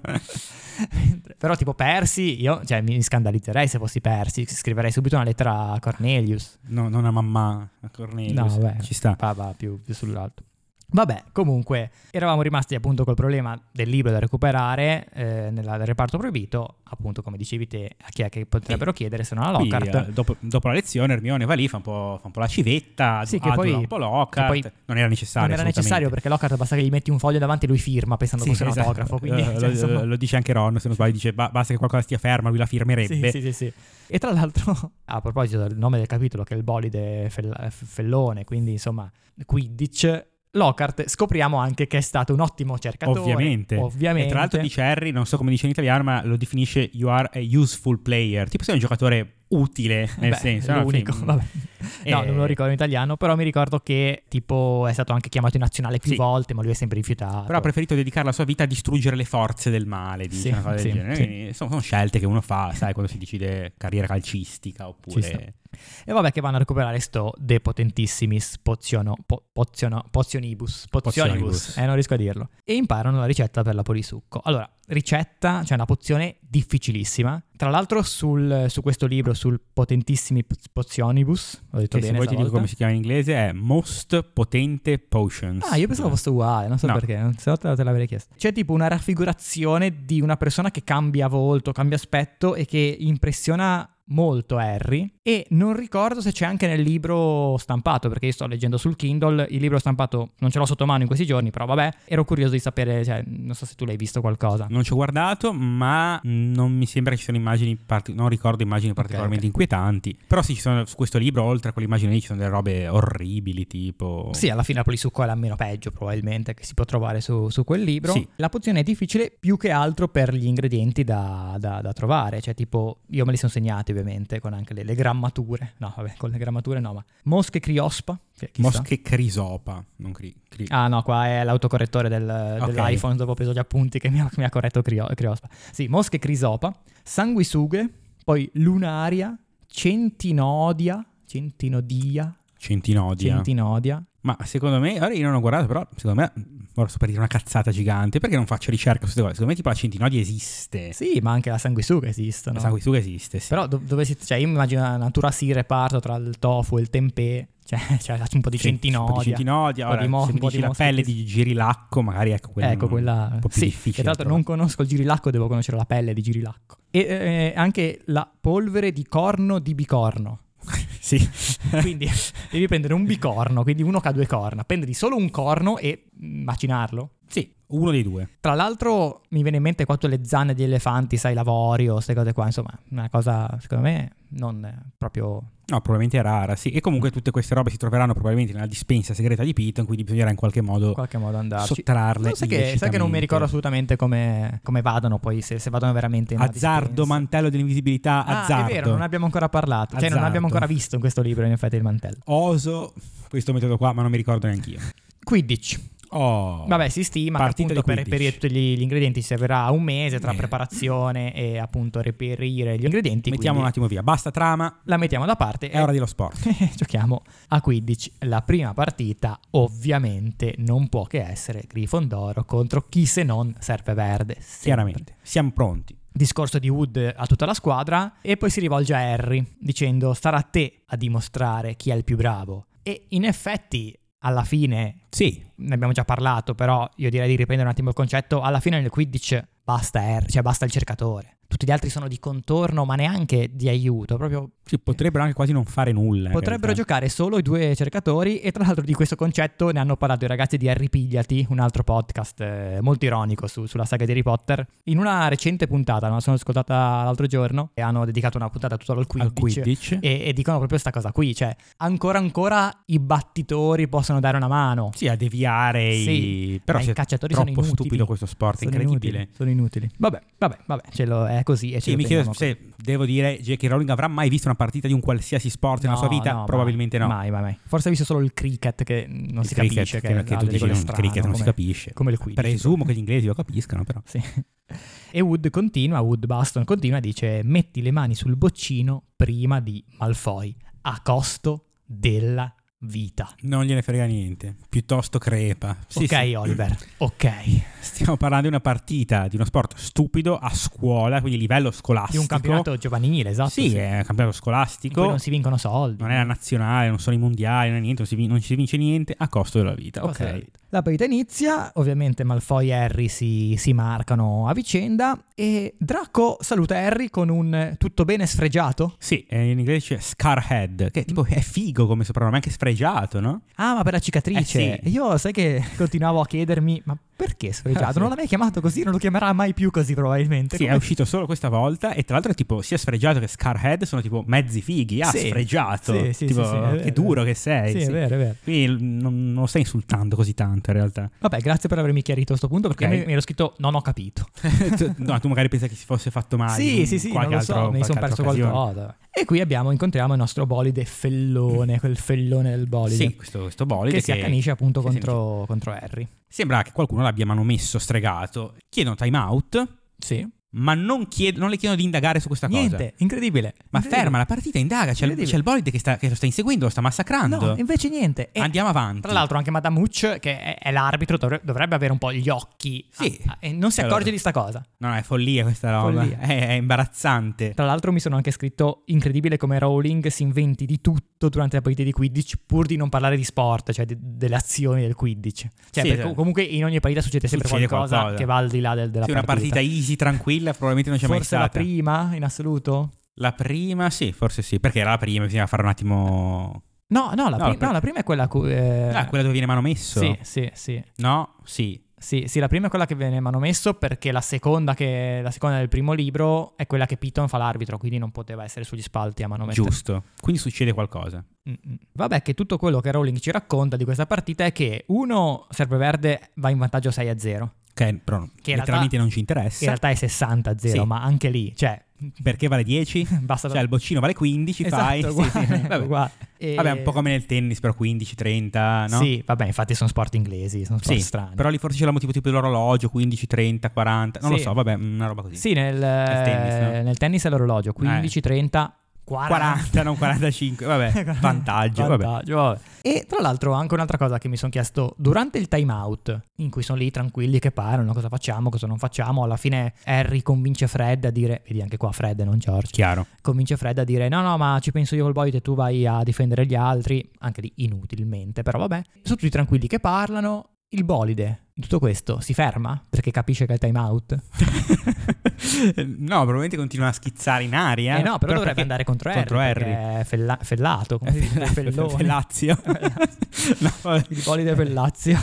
S2: Mentre- [LAUGHS] Però, tipo Percy, io cioè, mi scandalizzerei se fossi Percy. Scriverei subito una lettera a Cornelius.
S1: No, non a mamma, a Cornelius.
S2: No, vabbè.
S1: Ci sta.
S2: Va, va, più, più sull'alto. Vabbè, comunque, eravamo rimasti appunto col problema del libro da recuperare eh, nella- nel reparto proibito. Appunto, come dicevi te, a chi è che potrebbero chiedere se non a
S1: Qui,
S2: Lockhart?
S1: eh, dopo, dopo la lezione Hermione va lì, fa un po', fa un po la civetta,
S2: Sì, che
S1: adula
S2: poi-
S1: un po' Lockhart.
S2: che poi
S1: non era necessario.
S2: non era necessario
S1: assolutamente.
S2: perché Lockhart basta che gli metti un foglio davanti e lui firma pensando
S1: Sì,
S2: fosse un
S1: esatto.
S2: autografo. Quindi,
S1: Eh,
S2: [LAUGHS] cioè,
S1: lo,
S2: insomma,
S1: lo dice anche Ron, se non sbaglio, dice "Ba- basta che qualcosa stia ferma, lui la
S2: sì,
S1: firmerebbe.
S2: sì, sì, sì. E tra l'altro, [LAUGHS] a proposito del nome del capitolo, che è il bolide fel- fellone, quindi insomma, Quidditch, Lockhart scopriamo anche che è stato un ottimo cercatore.
S1: Ovviamente.
S2: Ovviamente.
S1: E tra l'altro dice Harry, non so come dice in italiano, ma lo definisce you are a useful player. Tipo sei un giocatore utile, nel
S2: Eh Beh,
S1: senso. no?
S2: l'unico,
S1: Sì.
S2: vabbè. No,
S1: Eh,
S2: non me lo ricordo in italiano, però mi ricordo che tipo è stato anche chiamato in nazionale più
S1: Sì.
S2: volte, ma lui è sempre rifiutato.
S1: Però ha preferito dedicare la sua vita a distruggere le forze del male, dice
S2: Sì,
S1: una cosa del
S2: sì,
S1: genere.
S2: sì.
S1: Quindi Sono, sono scelte che uno fa, sai, quando si decide carriera calcistica
S2: Ci sta.
S1: oppure...
S2: E vabbè che vanno a recuperare sto De Potentissimis poziono, po- poziono- pozionibus, pozionibus,
S1: Pozionibus.
S2: eh non riesco a dirlo. E imparano la ricetta per la polisucco. Allora, ricetta, cioè una pozione difficilissima. Tra l'altro sul, su questo libro, sul Potentissimi Poz- Pozionibus, ho detto
S1: Che se
S2: bene
S1: vuoi ti dico
S2: stavolta?
S1: come si chiama in inglese è Most Potente Potions.
S2: Ah, io pensavo fosse uguale, non so
S1: No.
S2: perché, non so te te l'avrei chiesto. C'è tipo una raffigurazione di una persona che cambia volto, cambia aspetto e che impressiona molto Harry e non ricordo se c'è anche nel libro stampato perché io sto leggendo sul Kindle il libro stampato non ce l'ho sotto mano in questi giorni però vabbè ero curioso di sapere cioè non so se tu l'hai visto qualcosa
S1: Non ci ho guardato, ma non mi sembra che ci siano immagini, parti- non ricordo immagini particolarmente inquietanti. Però sì, ci sono, su questo libro, oltre a quelle immagini lì, ci sono delle robe orribili, tipo...
S2: Sì, alla fine la polisucco è la meno peggio probabilmente che si può trovare su, su quel libro.
S1: Sì.
S2: La pozione è difficile più che altro per gli ingredienti da, da- da trovare, cioè tipo io me li sono segnati ovviamente con anche le, le grammature, no vabbè con le grammature no ma mosche criospa, che chissà.
S1: Mosche crisopa, non cri- cri-
S2: Ah no, qua è l'autocorrettore del- dell'iPhone dopo ho preso gli appunti che mi ha, mi ha corretto crio- criospa. Sì, mosche crisopa, sanguisughe, poi lunaria, centinodia, centinodia,
S1: Centinodia.
S2: Centinodia,
S1: Ma secondo me, ora io non ho guardato, però secondo me, ora sto per dire una cazzata gigante, perché non faccio ricerca su queste cose? Secondo me tipo la centinaia esiste,
S2: Sì, ma anche la sanguisuga esistono.
S1: la sanguisuga esiste, sì.
S2: Però do- dove si, cioè, io mi immagino una natura si reparto tra il tofu e il tempeh, cioè, [LAUGHS] cioè faccio un po' di
S1: Sì,
S2: centinoia.
S1: Un po' di centinodia,
S2: un po'
S1: ora,
S2: di mo-
S1: se
S2: un
S1: mi
S2: po' di
S1: dici la
S2: mosche
S1: pelle
S2: che-
S1: di girilacco, magari ecco quella,
S2: ecco, quella
S1: un po' più
S2: sì,
S1: difficile.
S2: Che tra l'altro
S1: da
S2: non conosco il girilacco, devo conoscere la pelle di girilacco. E eh, anche la polvere di corno di bicorno. [LAUGHS]
S1: trovare. [LAUGHS] sì.
S2: Quindi devi prendere un bicorno, quindi uno che ha due corna. Prendi solo un corno e macinarlo.
S1: sì, uno dei due.
S2: Tra l'altro mi viene in mente qua tutte le zanne di elefanti, sai, l'avorio, queste cose qua, insomma, una cosa secondo me non eh, proprio...
S1: No, probabilmente è rara, sì. E comunque
S2: Mm.
S1: tutte queste robe si troveranno probabilmente nella dispensa segreta di Python, quindi bisognerà in qualche modo
S2: in qualche modo andarci.
S1: sottrarle
S2: Non sai, che, sai che non mi
S1: illecitamente.
S2: ricordo assolutamente come, come vadano poi, se, se vadano veramente in una
S1: Azzardo,
S2: dispensa.
S1: mantello dell'invisibilità,
S2: Ah,
S1: azzardo.
S2: è vero, non abbiamo ancora parlato, cioè non
S1: Azzardo.
S2: abbiamo ancora visto in questo libro in effetti il mantello.
S1: Oso questo metodo qua, ma non mi ricordo neanch'io.
S2: 15.
S1: Oh.
S2: Vabbè, si stima
S1: Partita
S2: che appunto per
S1: di 15.
S2: reperire tutti gli, gli ingredienti servirà un mese tra
S1: Eh.
S2: preparazione e appunto reperire gli ingredienti.
S1: Mettiamo un
S2: quindi Eh,
S1: attimo via. Basta trama,
S2: la mettiamo da parte
S1: è ora dello sport.
S2: [LAUGHS] giochiamo a 15. La prima partita ovviamente non può che essere Grifondoro contro chi se non Serpe Verde. sempre.
S1: Chiaramente, siamo pronti.
S2: Discorso di Wood a tutta la squadra e poi si rivolge a Harry dicendo starà a te a dimostrare chi è il più bravo. E in effetti alla fine
S1: Sì,
S2: ne abbiamo già parlato, però io direi di riprendere un attimo il concetto. Alla fine nel Quidditch basta Harry, cioè basta il cercatore. Tutti gli altri sono di contorno, ma neanche di aiuto. Proprio
S1: sì, potrebbero anche quasi non fare nulla. in
S2: potrebbero
S1: realtà.
S2: giocare solo i due cercatori. E tra l'altro di questo concetto ne hanno parlato i ragazzi di Harry Pigliati, un altro podcast eh, molto ironico su- sulla saga di Harry Potter. In una recente puntata, me la sono ascoltata l'altro giorno, e hanno dedicato una puntata tutta al
S1: al Quidditch.
S2: E, e dicono proprio questa cosa qui, cioè ancora ancora i battitori possono dare una mano.
S1: Sì, a deviare
S2: Sì,
S1: i... Però
S2: ma
S1: se
S2: i cacciatori
S1: è troppo
S2: sono inutili.
S1: stupido questo sport,
S2: Sono
S1: incredibile.
S2: inutili, sono inutili. Vabbè, vabbè, vabbè, ce lo è così. E ce
S1: Sì,
S2: lo
S1: mi chiedo
S2: teniamo così.
S1: se devo dire J.K. Rowling avrà mai visto una partita di un qualsiasi sport nella
S2: No,
S1: sua vita?
S2: no,
S1: Probabilmente
S2: mai,
S1: no.
S2: Mai, mai, mai. Forse hai visto solo il cricket che non
S1: Il
S2: si
S1: cricket,
S2: capisce.
S1: che,
S2: è
S1: che
S2: una
S1: tu
S2: delle
S1: dici
S2: cose
S1: non,
S2: strane,
S1: cricket non si
S2: come-
S1: capisce.
S2: Come il quidditch.
S1: Presumo che gli inglesi lo capiscano, però.
S2: Sì. E Wood continua, Wood Baston continua, dice metti le mani sul boccino prima di Malfoy, a costo della vita.
S1: Non gliene frega niente. Piuttosto crepa. Sì,
S2: ok oh.
S1: sì. [CLEARS THROAT]
S2: Oliver, ok.
S1: Stiamo parlando di una partita di uno sport stupido a scuola, quindi livello scolastico.
S2: Di un campionato giovanile, esatto.
S1: Sì, è un campionato
S2: in cui
S1: scolastico.
S2: non si vincono soldi.
S1: Non è la nazionale, non sono i mondiali, non è niente, non, si vin- non ci si vince niente a costo della vita.
S2: Cosa della
S1: Ok.
S2: vita. La partita inizia, ovviamente Malfoy e Harry si, si marcano a vicenda e Draco saluta Harry con un eh, tutto bene sfregiato.
S1: Sì, eh, in inglese c'è Scarhead, che tipo è figo come soprannome, è anche sfregiato, no?
S2: Ah, ma per la cicatrice.
S1: Eh sì.
S2: Io sai che continuavo a chiedermi, ma perché
S1: Ah,
S2: sfregiato?
S1: sì.
S2: Non l'ha mai chiamato così, non lo chiamerà mai più così probabilmente.
S1: Sì, è
S2: Come-
S1: uscito solo questa volta e tra l'altro è tipo sia sfregiato che Scarhead sono tipo mezzi fighi, ah
S2: Sì.
S1: sfregiato,
S2: Sì, sì,
S1: tipo
S2: sì, sì, è
S1: che
S2: vero,
S1: duro
S2: è vero.
S1: che sei.
S2: Sì, è
S1: sì.
S2: vero, è vero.
S1: Quindi non, non lo stai insultando così tanto in
S2: [LAUGHS]
S1: realtà.
S2: Vabbè, grazie per avermi chiarito questo punto perché
S1: Ok.
S2: mi, mi ero scritto non
S1: [LAUGHS]
S2: ho capito.
S1: no, tu magari pensi che si fosse fatto male.
S2: sì,
S1: in
S2: sì, sì, non
S1: qualche
S2: lo so,
S1: altro-
S2: mi sono
S1: qualche
S2: perso
S1: altra occasione.
S2: qualcosa. E qui abbiamo, incontriamo il nostro bolide fellone, quel fellone del bolide.
S1: Sì, questo, questo bolide
S2: Che si accanisce appunto
S1: che
S2: contro, contro Harry.
S1: Sembra che qualcuno l'abbia manomesso, stregato. Chiedono time out,
S2: Sì.
S1: ma non, chied- non le chiedono di indagare su questa
S2: Niente,
S1: cosa.
S2: incredibile.
S1: Ma
S2: Incredibile.
S1: ferma la partita, indaga. C'è il,
S2: Incredibile.
S1: c'è il bolide che, sta- che lo sta inseguendo, lo sta massacrando.
S2: No, invece niente. E
S1: Andiamo avanti.
S2: Tra l'altro anche Madame Hooch, che è, è l'arbitro, dovre- dovrebbe avere un po' gli occhi.
S1: Sì. Eh,
S2: a- a- e non si
S1: Allora.
S2: accorge di sta cosa.
S1: No, no, è follia questa roba. [LAUGHS]
S2: Follia.
S1: È, è imbarazzante.
S2: Tra l'altro mi sono anche scritto incredibile come Rowling si inventi di tutto durante la partita di Quidditch pur di non parlare di sport, cioè de- delle azioni del Quidditch. Cioè,
S1: Sì,
S2: perché
S1: sì.
S2: comunque in ogni partita succede sempre
S1: Succede
S2: qualcosa,
S1: qualcosa.
S2: che va al di là del- della
S1: Sì, una partita cioè, easy, tranquilla, probabilmente non c'è mai
S2: Forse
S1: stata.
S2: la prima in assoluto?
S1: La prima, sì, forse sì, perché era la prima, bisognava fare un attimo...
S2: No, no,
S1: No,
S2: la, pri-
S1: perché-
S2: no, la prima è quella... cu- eh,
S1: Ah, quella dove viene manomesso?
S2: Sì, sì, sì.
S1: No? Sì.
S2: Sì, sì, la prima è quella che viene manomesso perché la seconda, che, la seconda del primo libro è quella che Piton fa l'arbitro, quindi non poteva essere sugli spalti a manomettere.
S1: Giusto. Quindi succede qualcosa.
S2: Mm-mm. Vabbè che tutto quello che Rowling ci racconta di questa partita è che uno, Serpeverde va in vantaggio 6-0, che
S1: Ok, però letteralmente
S2: in
S1: non ci interessa.
S2: in realtà è 60-0,
S1: Sì.
S2: ma anche lì, cioè, [LAUGHS]
S1: Perché vale 10?
S2: basta... [LAUGHS]
S1: Cioè il boccino vale 15,
S2: Esatto,
S1: fai... [LAUGHS] sì, sì,
S2: uguale,
S1: Vabbè.
S2: uguale. E-
S1: Vabbè, un po' come nel tennis, però 15, 30, no?
S2: Sì, vabbè, infatti sono sport inglesi, sono sport
S1: Sì,
S2: strani.
S1: però lì forse c'è la motivo tipo dell'orologio, 15, 30, 40, non
S2: Sì.
S1: lo so, vabbè, mm, una roba così.
S2: Sì, nel,
S1: tennis, no?
S2: nel tennis è l'orologio, 15, 30, 40. 40.
S1: 40, non 45,
S2: [LAUGHS]
S1: vabbè, vantaggio, vabbè.
S2: Vantaggio, vabbè. E tra l'altro anche un'altra cosa che mi sono chiesto durante il time out, in cui sono lì tranquilli che parlano, cosa facciamo, cosa non facciamo, alla fine Harry convince Fred a dire, vedi anche qua Fred e non George, [LAUGHS]
S1: Chiaro.
S2: convince Fred a dire no no ma ci penso io col Boyd e tu vai a difendere gli altri, anche lì inutilmente, però vabbè. Sono tutti tranquilli che parlano, il bolide in tutto questo si ferma perché capisce che è il time out.
S1: no, probabilmente continua a schizzare in aria.
S2: Eh, no, però, dovrebbe
S1: perché-
S2: andare contro Harry.
S1: contro Harry.
S2: perché è fella-
S1: [LAUGHS]
S2: fellato, come si dice, fellone.
S1: Lazio.
S2: [LAUGHS]
S1: [LAUGHS] no, vabbè.
S2: Il
S1: [LAUGHS]
S2: bolide Fellazio.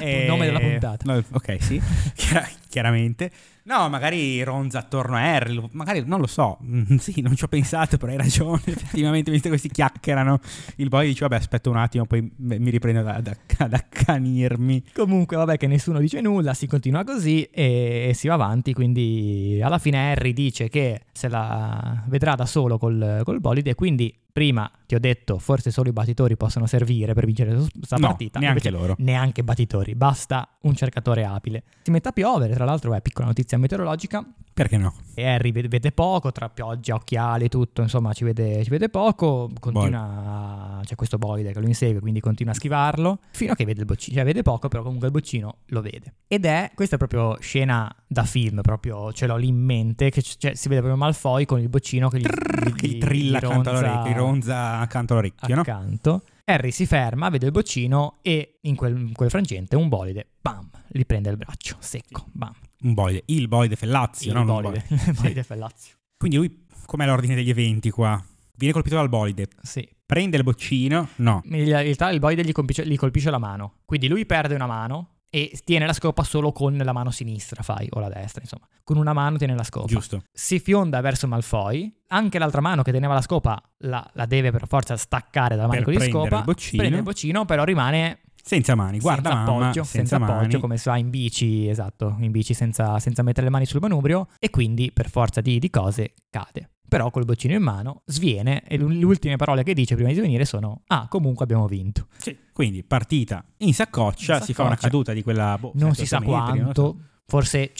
S1: Eh,
S2: Il nome della puntata.
S1: no, ok, sì, [LAUGHS] Chiar- chiaramente. No, magari ronza attorno a Harry, lo- magari non lo so. Mm, sì, non ci ho pensato, però hai ragione. [LAUGHS] Effettivamente, visto che si chiacchierano, il boy dice: Vabbè, aspetta un attimo, poi m- mi riprendo da- da- ad accanirmi.
S2: Comunque, vabbè, che nessuno dice nulla, si continua così e, e si va avanti. Quindi, alla fine, Harry dice che se la vedrà da solo col, col bolide. Quindi, prima ti ho detto, forse solo i battitori possono servire per vincere questa
S1: No,
S2: partita.
S1: neanche
S2: Invece
S1: loro.
S2: Neanche battitori, basta un cercatore abile. Si mette a piovere, tra l'altro, è piccola notizia meteorologica.
S1: Perché no?
S2: E Harry vede, vede poco, tra pioggia, occhiali, tutto, insomma, ci vede, ci vede poco. Continua. C'è questo bolide che lo insegue, quindi continua a schivarlo. Fino a che vede il boccino. Cioè, vede poco, però comunque il boccino lo vede. Ed è questa è proprio scena da film, proprio ce l'ho lì in mente. Che c- cioè, si vede proprio Malfoy con il boccino che gli, gli-
S1: Che
S2: gli-
S1: gli trilla
S2: gli
S1: accanto
S2: ronza-
S1: all'orecchio, gli ronza accanto all'orecchio, no?
S2: accanto. Harry si ferma, vede il boccino e in quel, in quel frangente un bolide, bam, gli prende il braccio, secco, bam.
S1: Un boide, il boide fellazio,
S2: Il
S1: no? Non un
S2: bolide,
S1: boide.
S2: [LAUGHS] il bolide fellazio.
S1: Quindi lui, com'è l'ordine degli eventi qua? Viene colpito dal bolide,
S2: Sì,
S1: prende il boccino, no.
S2: In realtà il Boyd gli colpisce, gli colpisce la mano. Quindi lui perde una mano e tiene la scopa solo con la mano sinistra, fai, o la destra, insomma. Con una mano tiene la scopa.
S1: Giusto.
S2: Si fionda verso Malfoy. Anche l'altra mano che teneva la scopa la, la deve per forza staccare dal manico di
S1: prendere
S2: scopa.
S1: il boccino.
S2: Prende il boccino, però rimane
S1: Senza mani, guarda
S2: senza
S1: mamma,
S2: appoggio, senza,
S1: mani.
S2: appoggio, come si fa in bici, esatto, in bici senza, senza mettere le mani sul manubrio e quindi per forza di, di cose cade. Però col boccino in mano sviene e l- le ultime parole che dice prima di svenire sono ah comunque abbiamo vinto.
S1: Sì. Quindi partita in saccoccia,
S2: In
S1: si fa una
S2: saccoccia.
S1: caduta di quella boh,
S2: Non
S1: 7-8
S2: si sa
S1: metri, non lo so.
S2: quanto, forse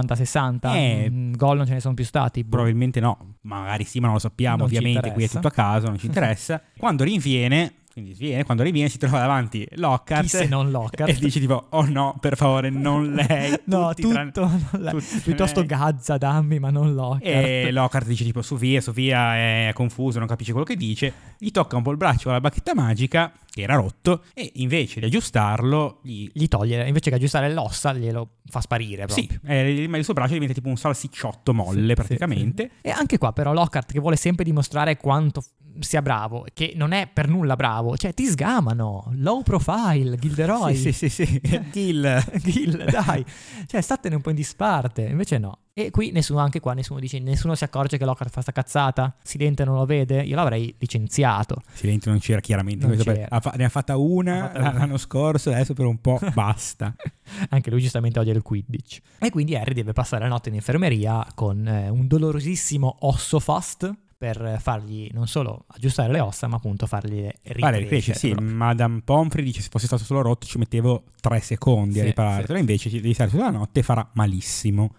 S2: 150-60,
S1: Eh,
S2: mm, gol non ce ne sono più stati. boh.
S1: Probabilmente no, magari sì, ma non lo sappiamo,
S2: Non ci
S1: ovviamente qui è
S2: interessa.
S1: tutto a caso,
S2: [LAUGHS]
S1: non ci interessa. quando rinviene, quindi sviene, quando riviene si trova davanti Lockhart. [LAUGHS]
S2: Chi se non Lockhart?
S1: E dice tipo, oh no, per favore, non lei.
S2: [LAUGHS] no,
S1: tutti
S2: tutto,
S1: tranne-
S2: non la-
S1: tutti Eh,
S2: piuttosto
S1: lei.
S2: Gazza dammi ma non Lockhart.
S1: E Lockhart dice tipo su via, su via è confuso, non capisce quello che dice, gli tocca un po' il braccio con la bacchetta magica, che era rotto, e invece di aggiustarlo, gli...
S2: Gli toglie, invece che aggiustare l'ossa glielo fa sparire proprio.
S1: Sì, eh, ma il suo braccio diventa tipo un salsicciotto molle
S2: Sì,
S1: praticamente.
S2: sì, sì. E anche qua però Lockhart che vuole sempre dimostrare quanto f- sia bravo, che non è per nulla bravo, cioè ti sgamano, low profile, Gilderoy, [LAUGHS]
S1: Sì, sì, sì, sì. Gil.
S2: Gil, dai, cioè statene un po' in disparte, invece no. E qui nessuno, anche qua nessuno dice, nessuno si accorge che Lockhart fa sta cazzata, Silente non lo vede, io l'avrei licenziato.
S1: Silenzio non c'era chiaramente.
S2: Non
S1: questo per-
S2: c'era.
S1: ha fa- ne ha fatta una
S2: Ha fatta una.
S1: l'anno scorso, adesso per un
S2: [LAUGHS]
S1: po' basta.
S2: Anche lui giustamente odia il Quidditch. E quindi Harry deve passare la notte in infermeria con eh, un dolorosissimo osso fast per eh, fargli non solo aggiustare le ossa, ma appunto fargli ricrescere.
S1: Vale, ricresce, sì.
S2: proprio.
S1: Madame Pomfrey dice se fosse stato solo rotto ci mettevo tre secondi a
S2: Sì,
S1: riparartelo,
S2: sì.
S1: invece ci devi stare tutta la notte e farà malissimo.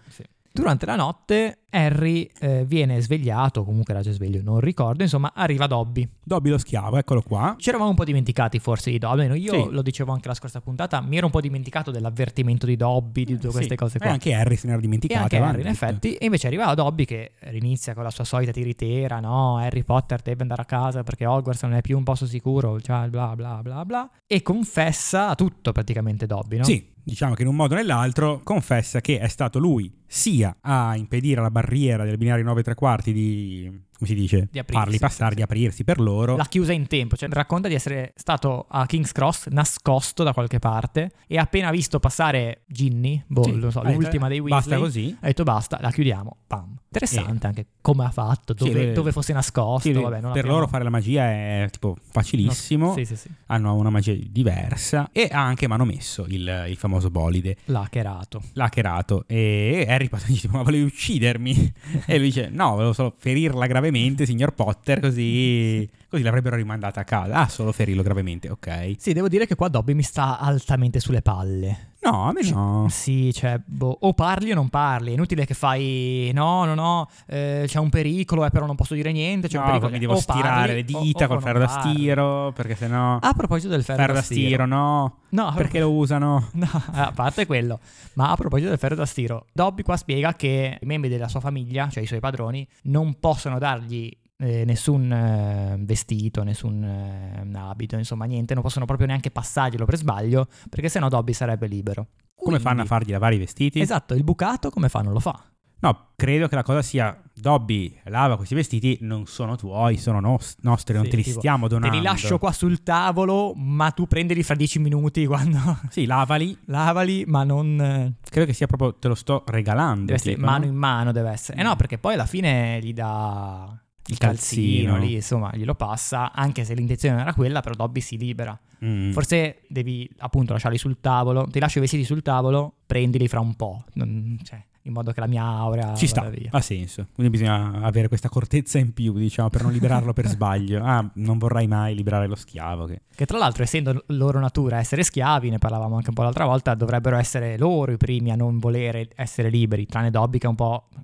S2: Durante la notte Harry eh, viene svegliato, comunque era già sveglio, non ricordo, insomma arriva Dobby.
S1: Dobby lo schiavo, eccolo qua.
S2: Ci eravamo un po' dimenticati forse di Dobby, almeno io
S1: Sì.
S2: lo dicevo anche la scorsa puntata, mi ero un po' dimenticato dell'avvertimento di Dobby, di tutte queste
S1: Sì,
S2: cose qua.
S1: E anche Harry se ne era
S2: E
S1: dimenticato.
S2: anche
S1: avevamo
S2: Harry, in
S1: detto.
S2: effetti. E invece arriva Dobby che rinizia con la sua solita tiritera, no? Harry Potter deve andare a casa perché Hogwarts non è più un posto sicuro, cioè bla bla bla bla. E confessa tutto praticamente Dobby, no?
S1: Sì, diciamo che in un modo o nell'altro confessa che è stato lui sia a impedire la barriera del binario 9 e tre quarti di, come si dice,
S2: Di aprirsi,
S1: farli passare,
S2: sì.
S1: di aprirsi per loro.
S2: L'ha chiusa in tempo, cioè racconta di essere stato a King's Cross nascosto da qualche parte e ha appena visto passare Ginny, boh,
S1: Sì.
S2: lo so,
S1: Ha detto,
S2: l'ultima dei Weasley.
S1: Basta così.
S2: Ha detto basta, la chiudiamo, pam. Interessante anche come ha fatto,
S1: Sì,
S2: dove,
S1: eh,
S2: dove fosse nascosto,
S1: Sì,
S2: vabbè, non
S1: per
S2: abbiamo-
S1: loro fare la magia è tipo facilissimo,
S2: Sì, sì, sì.
S1: hanno una magia diversa e ha anche manomesso il, il famoso bolide,
S2: L'ha hackerato.
S1: l'ha hackerato e Harry Potter dice ma volevi uccidermi e lui dice no volevo solo ferirla gravemente signor Potter così, così l'avrebbero rimandata a casa, ah solo ferirlo gravemente ok
S2: Sì, devo dire che qua Dobby mi sta altamente sulle palle.
S1: No, a me no.
S2: Sì, cioè, boh, o parli o non parli. È inutile che fai no, no, no, eh, c'è un pericolo, eh, però non posso dire niente. C'è un
S1: No,
S2: pericolo.
S1: mi devo
S2: O
S1: stirare
S2: parli
S1: le
S2: o-
S1: dita
S2: o
S1: col
S2: non
S1: ferro da
S2: parli.
S1: stiro, perché sennò...
S2: A proposito del ferro, Ah,
S1: ferro da stiro, no.
S2: No,
S1: Perché lo usano?
S2: [LAUGHS] No, a parte quello, ma a proposito del ferro da stiro, Dobby qua spiega che i membri della sua famiglia, cioè i suoi padroni, non possono dargli eh, nessun eh, vestito, nessun eh, abito, insomma niente, non possono proprio neanche passarglielo per sbaglio, perché sennò Dobby sarebbe libero.
S1: Come fanno a
S2: Quindi-
S1: fargli lavare i vestiti?
S2: Esatto, il bucato come fa? Non lo fa.
S1: No, credo che la cosa sia Dobby lava questi vestiti, non sono tuoi, sono nos- nostri, non
S2: Sì,
S1: te li
S2: tipo,
S1: stiamo donando.
S2: Te li lascio qua sul tavolo, ma tu prendili fra dieci minuti quando [LAUGHS]
S1: Sì, lavali.
S2: lavali, ma non... eh,
S1: Credo che sia proprio te lo sto regalando.
S2: Deve essere
S1: tipo,
S2: mano
S1: no?
S2: in mano, deve essere. Eh no, perché poi alla fine gli dà
S1: Il calzino.
S2: lì, insomma, glielo passa, anche se l'intenzione non era quella, però Dobby si libera.
S1: Mm.
S2: Forse devi appunto lasciarli sul tavolo, ti lascio i vestiti sul tavolo, prendili fra un po', non- cioè, in modo che la mia aura
S1: Ci sta,
S2: vada via.
S1: ha senso. Quindi bisogna avere questa cortezza in più, diciamo, per non liberarlo
S2: [LAUGHS]
S1: per sbaglio. Ah, non vorrai mai liberare lo schiavo. Che...
S2: Che tra l'altro, essendo loro natura essere schiavi, ne parlavamo anche un po' l'altra volta, dovrebbero essere loro i primi a non volere essere liberi, tranne Dobby che è un po' mm,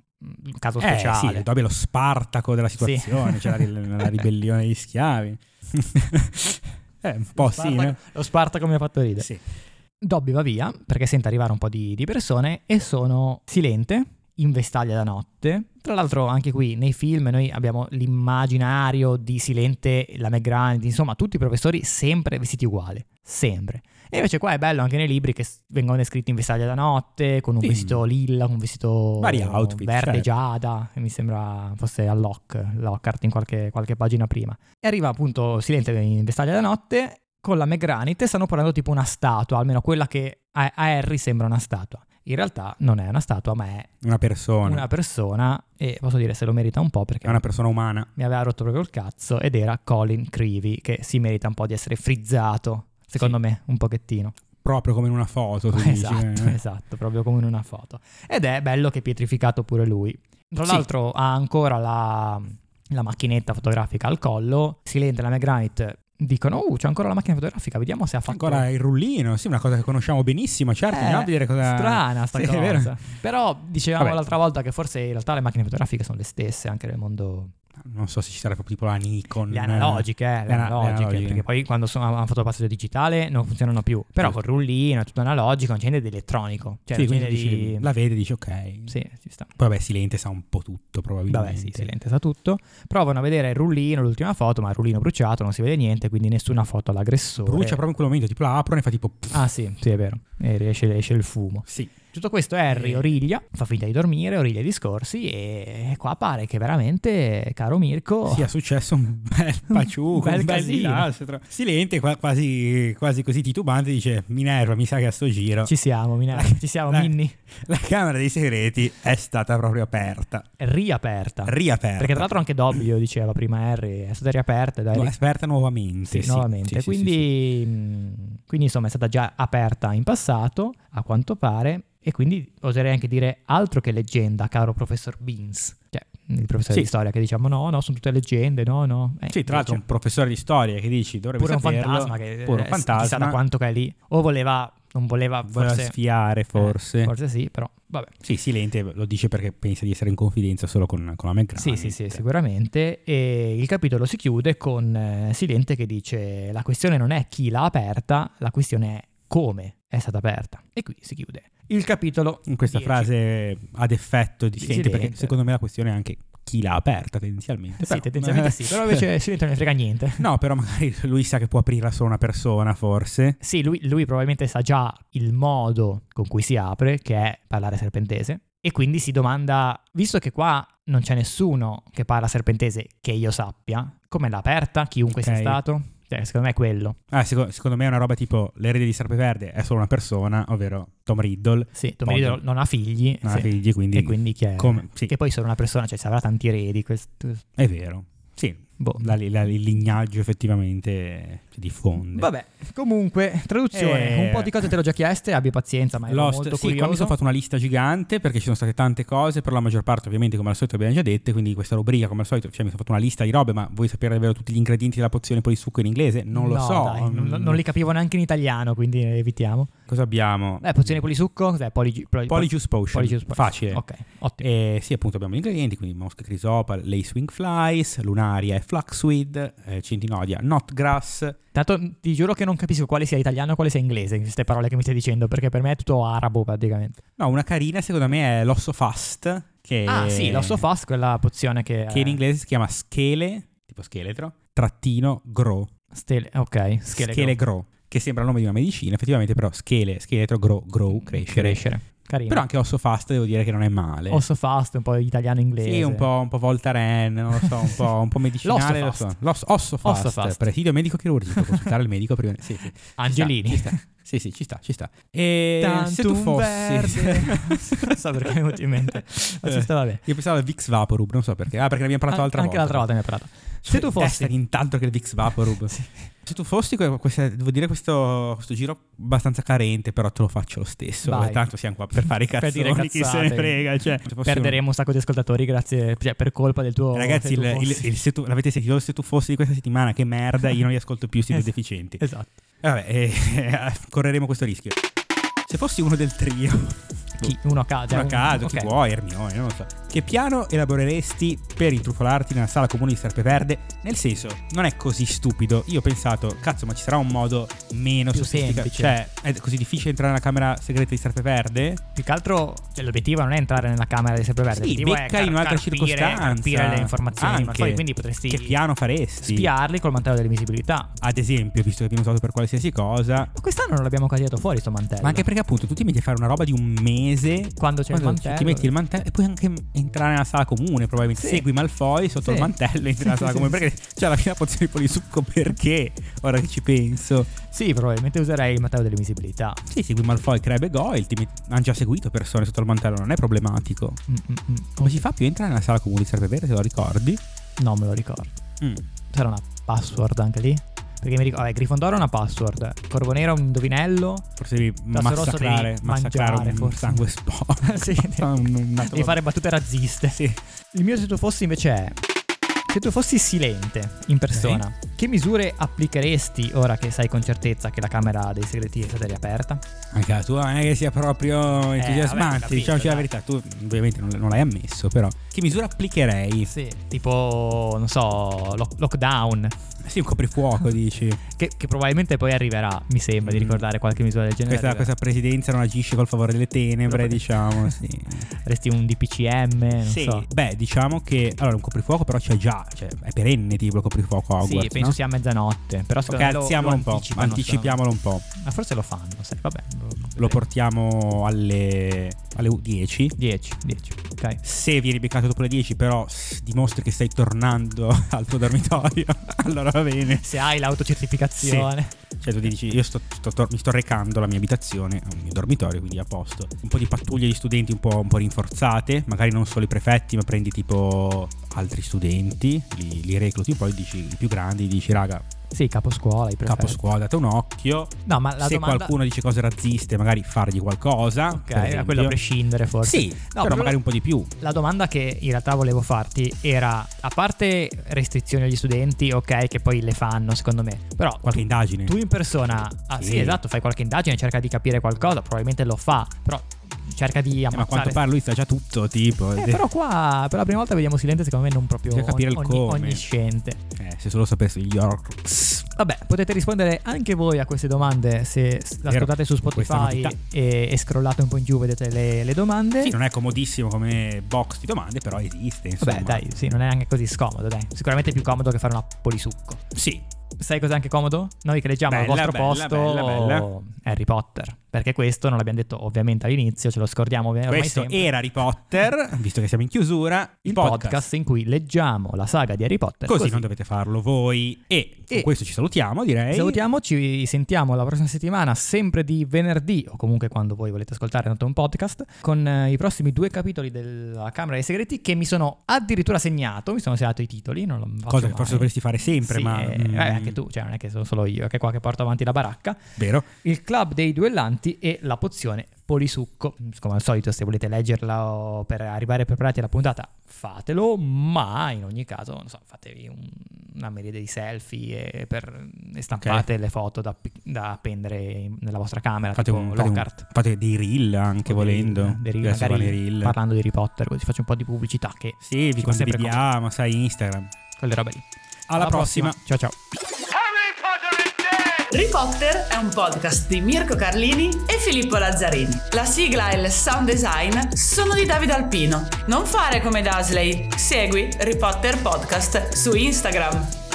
S2: un caso
S1: Eh,
S2: speciale.
S1: sì, Dobby è lo Spartaco della situazione,
S2: Sì.
S1: c'è la, ri-
S2: [LAUGHS]
S1: la ribellione degli schiavi. [LAUGHS] eh, un po' sì,
S2: Spartaco-
S1: no?
S2: Lo Spartaco mi ha fatto ridere.
S1: Sì.
S2: Dobby va via perché sente arrivare un po' di, di persone e sono silente, in vestaglia da notte. Tra l'altro anche qui nei film noi abbiamo l'immaginario di Silente, la McGrand, insomma tutti i professori sempre vestiti uguali, sempre. E invece qua è bello anche nei libri che s- vengono descritti in vestaglia da notte, con un
S1: Sì.
S2: vestito lilla, con un vestito
S1: Vari outfit, certo.
S2: verde giada, che mi sembra fosse a Locke, Lockhart in qualche, qualche pagina prima. E arriva appunto Silente in vestaglia da notte con la Megranite stanno portando tipo una statua, almeno quella che a, a Harry sembra una statua. In realtà non è una statua, ma è
S1: Una persona,
S2: una persona e posso dire se lo merita un po' perché
S1: è una persona umana.
S2: mi aveva rotto proprio il cazzo ed era Colin Creevy che si merita un po' di essere frizzato, secondo me, un pochettino.
S1: Proprio come in una foto, tu
S2: Esatto,
S1: dici. eh.
S2: esatto, proprio come in una foto. Ed è bello che è pietrificato pure lui. Tra
S1: Sì.
S2: l'altro ha ancora la, la macchinetta fotografica al collo. Silente e la Megranite dicono, uh, c'è ancora la macchina fotografica, vediamo se ha fatto...
S1: Ancora il rullino, sì, una cosa che conosciamo benissimo, certo,
S2: Eh,
S1: andiamo a vedere cosa...
S2: Strana sta
S1: Sì, è
S2: cosa.
S1: vero.
S2: Però dicevamo
S1: Vabbè.
S2: l'altra volta che forse in realtà le macchine fotografiche sono le stesse anche nel mondo...
S1: Non so se ci sarà proprio tipo la Nikon.
S2: Le analogiche, eh, le
S1: le ana- le
S2: analogiche,
S1: analogiche.
S2: perché poi quando sono, hanno fatto il passaggio digitale non funzionano più. Però
S1: Giusto.
S2: col rullino è tutto analogico, non c'è niente di elettronico. Cioè
S1: Sì,
S2: non c'è
S1: quindi
S2: niente
S1: dici-
S2: di...
S1: la vede e dici ok.
S2: Sì, ci sta.
S1: Poi vabbè, Silente sa un po' tutto probabilmente.
S2: Vabbè, sì, silente sa tutto. Provano a vedere il rullino, l'ultima foto, ma il rullino bruciato, non si vede niente, quindi nessuna foto all'aggressore.
S1: Brucia proprio in quel momento, tipo la aprono e fa tipo... pff,
S2: Ah, sì, sì, è vero. E riesce- esce il fumo.
S1: Sì.
S2: Tutto questo Harry
S1: Eh.
S2: origlia, fa finta di dormire, origlia i discorsi e qua pare che veramente, caro Mirko,
S1: Sì, è successo un bel paciuco,
S2: Oh. bel
S1: un bel
S2: casino.
S1: disastro. Silente, qua- quasi, quasi così titubante, dice Minerva, mi sa che a sto giro
S2: [LAUGHS] ci siamo, Mina, ci siamo,
S1: Dai.
S2: Minni.
S1: la Camera dei Segreti è stata proprio aperta,
S2: Riaperta.
S1: riaperta.
S2: Ah. Perché tra l'altro anche Dobby lo diceva prima Harry, è stata riaperta ed
S1: No,
S2: Harry
S1: aperta nuovamente.
S2: Sì,
S1: sì.
S2: nuovamente.
S1: Sì, sì,
S2: quindi,
S1: sì,
S2: mh, quindi, insomma, è stata già aperta in passato, a quanto pare, e quindi oserei anche dire altro che leggenda, caro professor Beans. Cioè, il professore
S1: Sì.
S2: di storia che diciamo no, no, sono tutte leggende, no, no. Eh,
S1: sì. Sì, tra l'altro un
S2: invece,
S1: professore di storia che dici dovrebbe
S2: pure un
S1: saperlo,
S2: fantasma che
S1: pure un
S2: eh, chissà da
S1: fantasma,
S2: quanto che è lì. O voleva, non voleva,
S1: voleva
S2: forse...
S1: sfiare forse.
S2: eh, forse sì, però vabbè.
S1: Sì, Silente lo dice perché pensa di essere in confidenza solo con, con la McGrath.
S2: Sì, sì, sì, sicuramente. E il capitolo si chiude con eh, Silente che dice la questione non è chi l'ha aperta, la questione è come è stata aperta. E qui si chiude il capitolo.
S1: In questa
S2: 10.
S1: frase ad effetto di
S2: Di
S1: Silente, perché
S2: Silente.
S1: secondo me la questione è anche chi l'ha aperta tendenzialmente.
S2: Sì,
S1: però- eh.
S2: tendenzialmente sì, però invece [LAUGHS] Silente non ne frega niente.
S1: [LAUGHS] No, però magari lui sa che può aprirla solo una persona, forse.
S2: Sì, lui, lui probabilmente sa già il modo con cui si apre, che è parlare serpentese. E quindi si domanda, visto che qua non c'è nessuno che parla serpentese che io sappia, come l'ha aperta, chiunque
S1: Ok.
S2: sia stato? Cioè, secondo me è quello.
S1: Ah, seco- secondo me è una roba tipo l'erede di Serpeverde è solo una persona, ovvero Tom Riddle,
S2: Sì, Tom
S1: Modo.
S2: Riddle non ha figli.
S1: non ha
S2: sì.
S1: figli, quindi...
S2: E quindi chi è?
S1: come- sì,
S2: Che poi sono una persona, cioè se avrà tanti eredi. questo-
S1: è vero. Sì,
S2: Boh.
S1: La- la- il lignaggio effettivamente eh, si diffonde.
S2: Vabbè, comunque, traduzione,
S1: Eh.
S2: un po' di cose te le ho già chieste, abbi pazienza, ma ero
S1: Lost,
S2: molto
S1: sì, qua mi
S2: curioso.
S1: sono fatto una lista gigante perché ci sono state tante cose, però la maggior parte ovviamente come al solito abbiamo già dette, quindi questa rubrica come al solito, cioè mi sono fatto una lista di robe, ma vuoi sapere davvero tutti gli ingredienti della pozione poi il succo in inglese? Non lo
S2: No,
S1: so. Mm.
S2: dai, non, non li capivo neanche in italiano, quindi evitiamo.
S1: Cosa abbiamo?
S2: Beh, Eh, pozione polisucco, cos'è? Poligi- poli-
S1: Mm. Polyjuice potion.
S2: Polyjuice potion.
S1: Facile.
S2: Ok, ottimo.
S1: Eh, sì, appunto abbiamo gli ingredienti, quindi mosca crisopal, lace wing flies, lunaria e flaxweed, eh, centinodia, nutgrass,
S2: Tanto ti giuro che non capisco quale sia italiano e quale sia inglese in queste parole che mi stai dicendo, perché per me è tutto arabo praticamente.
S1: No, una carina secondo me è l'osso fast. Che
S2: Ah, sì, l'osso fast, quella pozione
S1: Eh.
S2: che...
S1: Che in inglese si chiama schele, tipo scheletro, trattino gro.
S2: Stele, ok, schele,
S1: Schele gro. Che sembra il nome di una medicina, effettivamente però schele, scheletro, grow,
S2: Mm,
S1: grow, crescere.
S2: Carino.
S1: Però anche osso fast devo dire che non è male.
S2: Osso fast, un po' italiano-inglese.
S1: Sì, un po', un po' Voltaren, non lo so, un po', un po' medicinale.
S2: L'osso fast.
S1: Lo so. L'osso- osso fast.
S2: Osso fast.
S1: Presidio medico chirurgico, consultare il medico prima. Sì, sì.
S2: Angelini.
S1: Ci sta, ci sta. Sì, sì, ci sta, ci sta. E Eh, se tu
S2: un
S1: fossi...
S2: verde. non so perché mi è venuto in mente. Ma ci sta,
S1: [LAUGHS]
S2: vabbè.
S1: Io pensavo al Vix Vaporub, non so perché. Ah, perché ne abbiamo parlato
S2: An-
S1: l'altra
S2: anche
S1: volta.
S2: l'altra volta ne hai parlato. Se tu
S1: Testa di
S2: fossi...
S1: Eh, intanto che il Vix Vaporub. Se tu fossi, que- questa- devo dire, questo, questo giro abbastanza carente, però te lo faccio lo stesso. eh,
S2: Vai.
S1: Tanto siamo qua per fare i
S2: [LAUGHS] Per
S1: cazzoni,
S2: dire
S1: chi se ne
S2: cazzate.
S1: frega. Cioè, se fossi un-
S2: Perderemo un sacco di ascoltatori grazie, cioè, per colpa del tuo...
S1: Ragazzi,
S2: se tu
S1: il- il-
S2: fossi.
S1: il- se tu- l'avete sentito, se tu fossi di questa settimana, che merda, io non li ascolto più, siete
S2: Esatto.
S1: deficienti.
S2: Esatto.
S1: Eh, [LAUGHS] Vabbè, eh, correremo questo rischio. Se fossi uno del trio,
S2: Chi? Uno a caso.
S1: Boh. uno a caso,
S2: ok.
S1: chi vuoi, Hermione, non lo so. Che piano elaboreresti per intrufolarti nella sala comune di Serpeverde? Nel senso, non è così stupido. Io ho pensato, cazzo, ma ci sarà un modo meno
S2: Più
S1: sofisticato?
S2: semplice.
S1: Cioè, è così difficile entrare nella camera segreta di Serpeverde?
S2: Più che altro cioè, l'obiettivo non è entrare nella camera di Sempreverde,
S1: Sì,
S2: l'obiettivo è
S1: becca in un'altra
S2: carpire-
S1: circostanza.
S2: carpire le informazioni,
S1: Anche.
S2: ma poi quindi potresti
S1: Che piano faresti?
S2: spiarli col mantello dell'invisibilità.
S1: Ad esempio, visto che viene usato per qualsiasi cosa,
S2: Ma Quest'anno non l'abbiamo caricato fuori sto mantello.
S1: Ma anche perché appunto tu ti metti a fare una roba di un mese
S2: Quando c'è il mantello.
S1: Ti metti il mantello e puoi anche entrare nella sala comune probabilmente
S2: Sì.
S1: Segui Malfoy sotto
S2: Sì.
S1: il mantello e entri nella
S2: Sì,
S1: sala
S2: sì,
S1: comune
S2: sì,
S1: Perché c'è la fine la pozione di polisucco perché? Ora che ci penso
S2: Sì, probabilmente userei il mantello dell'invisibilità.
S1: Sì, segui Malfoy, Crabbe e Goyle ti met- Hanno già seguito persone sotto il mantello, non è problematico
S2: Mm, mm, mm.
S1: Come si fa più a entrare nella sala comune di Serpeverde, te lo ricordi?
S2: No, me lo ricordo.
S1: Mm.
S2: C'era una password anche lì? Perché mi ricordo, vabbè, Grifondoro è una password, Corbonero è un indovinello.
S1: Forse devi
S2: Tasso rosso
S1: massacrare,
S2: devi
S1: massacrare
S2: mangiare,
S1: un
S2: forse.
S1: sangue sporco
S2: [LAUGHS] sì,
S1: Un- un- un-
S2: devi fare battute razziste.
S1: Sì.
S2: Il mio se tu fossi invece è se tu fossi silente in persona, che misure applicheresti ora che sai con certezza che la Camera dei Segreti è stata riaperta?
S1: Anche la tua non è che sia proprio entusiasmante,
S2: Eh, vabbè, ho capito,
S1: diciamoci la
S2: dai.
S1: verità, tu ovviamente non, non l'hai ammesso, però che misura applicherei?
S2: Sì, tipo, non so, lo- lockdown,
S1: Sì, un
S2: Ah.
S1: coprifuoco dici,
S2: che, che probabilmente poi arriverà, mi sembra di
S1: Mm.
S2: ricordare qualche misura del genere.
S1: questa, questa presidenza non agisce col favore delle tenebre,
S2: [LAUGHS]
S1: diciamo, sì.
S2: Resti un DPCM, Eh, non
S1: Sì.
S2: so.
S1: Beh, diciamo che, allora un coprifuoco però c'è già, cioè è perenne tipo il coprifuoco a Hogwarts,
S2: sì, penso
S1: no?
S2: sia a mezzanotte, però secondo
S1: Ok,
S2: me lo-
S1: alziamolo
S2: lo
S1: un po',
S2: anticipano,
S1: anticipiamolo un po',
S2: secondo me. Ma forse lo fanno, sai, vabbè.
S1: lo portiamo alle, alle 10,
S2: 10, 10, ok.
S1: se vieni beccato dopo le 10 però s- dimostri che stai tornando [LAUGHS] al tuo dormitorio, [LAUGHS] allora va bene.
S2: Se hai l'autocertificazione.
S1: Cioè tu dici io sto- sto- sto- mi sto recando alla mia abitazione, al mio dormitorio, quindi a posto. Un po' di pattuglie di studenti un po', un po' rinforzate, magari non solo i prefetti, ma prendi tipo altri studenti, li, li recluti, poi dici i più grandi, dici raga,
S2: Sì, caposcuola, i prefetti.
S1: capo scuola, date un occhio.
S2: No, ma la
S1: Se
S2: domanda...
S1: qualcuno dice cose razziste, magari fargli qualcosa.
S2: Ok,
S1: per esempio.
S2: a quello a prescindere forse.
S1: Sì,
S2: No,
S1: però
S2: però-
S1: magari un po' di più.
S2: La domanda che in realtà volevo farti era, a parte restrizioni agli studenti, ok, che poi le fanno secondo me, però
S1: Qualche indagine.
S2: tu in persona, ah, sì.
S1: Sì.
S2: esatto, fai qualche indagine, cerca di capire qualcosa, probabilmente lo fa, però cerca di
S1: Eh, ma a quanto
S2: ammazzare...
S1: pare lui sa già tutto, tipo.
S2: eh, però qua per la prima volta vediamo silente, secondo me non proprio
S1: Bisogna capire il
S2: ogni,
S1: come.
S2: onnisciente.
S1: Eh, se solo sapessi gli Orcs.
S2: Vabbè, potete rispondere anche voi a queste domande se s- l'ascoltate su
S1: questa
S2: Spotify
S1: novità.
S2: e, e scrollate un po' in giù, vedete le, le domande.
S1: Sì, non è comodissimo come box di domande, però esiste. Insomma.
S2: Vabbè, dai, sì, non è neanche così scomodo, dai. Sicuramente è più comodo che fare una polisucco.
S1: Sì,
S2: Sai cos'è anche comodo? Noi che leggiamo al
S1: Bella,
S2: vostro
S1: bella,
S2: posto
S1: bella, bella.
S2: Harry Potter. perché questo non l'abbiamo detto ovviamente all'inizio, ce lo scordiamo ovviamente ormai
S1: Questo
S2: sempre.
S1: era Harry Potter, visto che siamo in chiusura,
S2: il podcast. in cui leggiamo la saga di Harry Potter.
S1: Così, non dovete farlo voi. E, con
S2: E-
S1: questo ci salutiamo, direi.
S2: Salutiamo, ci sentiamo la prossima settimana, sempre di venerdì o comunque quando voi volete ascoltare il nostro podcast, con eh, i prossimi due capitoli della Camera dei Segreti che mi sono addirittura segnato, mi sono segnato i titoli, non lo faccio
S1: Cosa che
S2: mai.
S1: forse dovresti fare sempre,
S2: Sì,
S1: ma...
S2: eh,
S1: mm,
S2: vabbè, anche tu, cioè non è che sono solo io, che è qua che porto avanti la baracca.
S1: Vero?
S2: Il club dei duellanti e la pozione polisucco. Come al solito, se volete leggerla o per arrivare preparati alla puntata, fatelo, ma in ogni caso, non so, fatevi un- una miriade di selfie e, per- e stampate le foto da, da appendere in- nella vostra camera,
S1: Fate,
S2: tipo
S1: un, fate, un-
S2: Lockhart.
S1: fate dei reel anche
S2: O dei-
S1: volendo.
S2: dei reel,
S1: Adesso
S2: magari
S1: vanno i reel.
S2: parlando di Harry Potter, così faccio un po' di pubblicità che
S1: Sì, vi
S2: ci fa sempre
S1: condividiamo, sai, Instagram.
S2: comodo. quelle robe lì.
S1: Alla, prossima.
S2: Ciao ciao.
S3: Harry Potter is dead!
S5: Harry Potter è un podcast di Mirko Carlini e Filippo Lazzarini. La sigla e il sound design sono di Davide Alpino. Non fare come Dasley, segui Harry Potter Podcast su Instagram.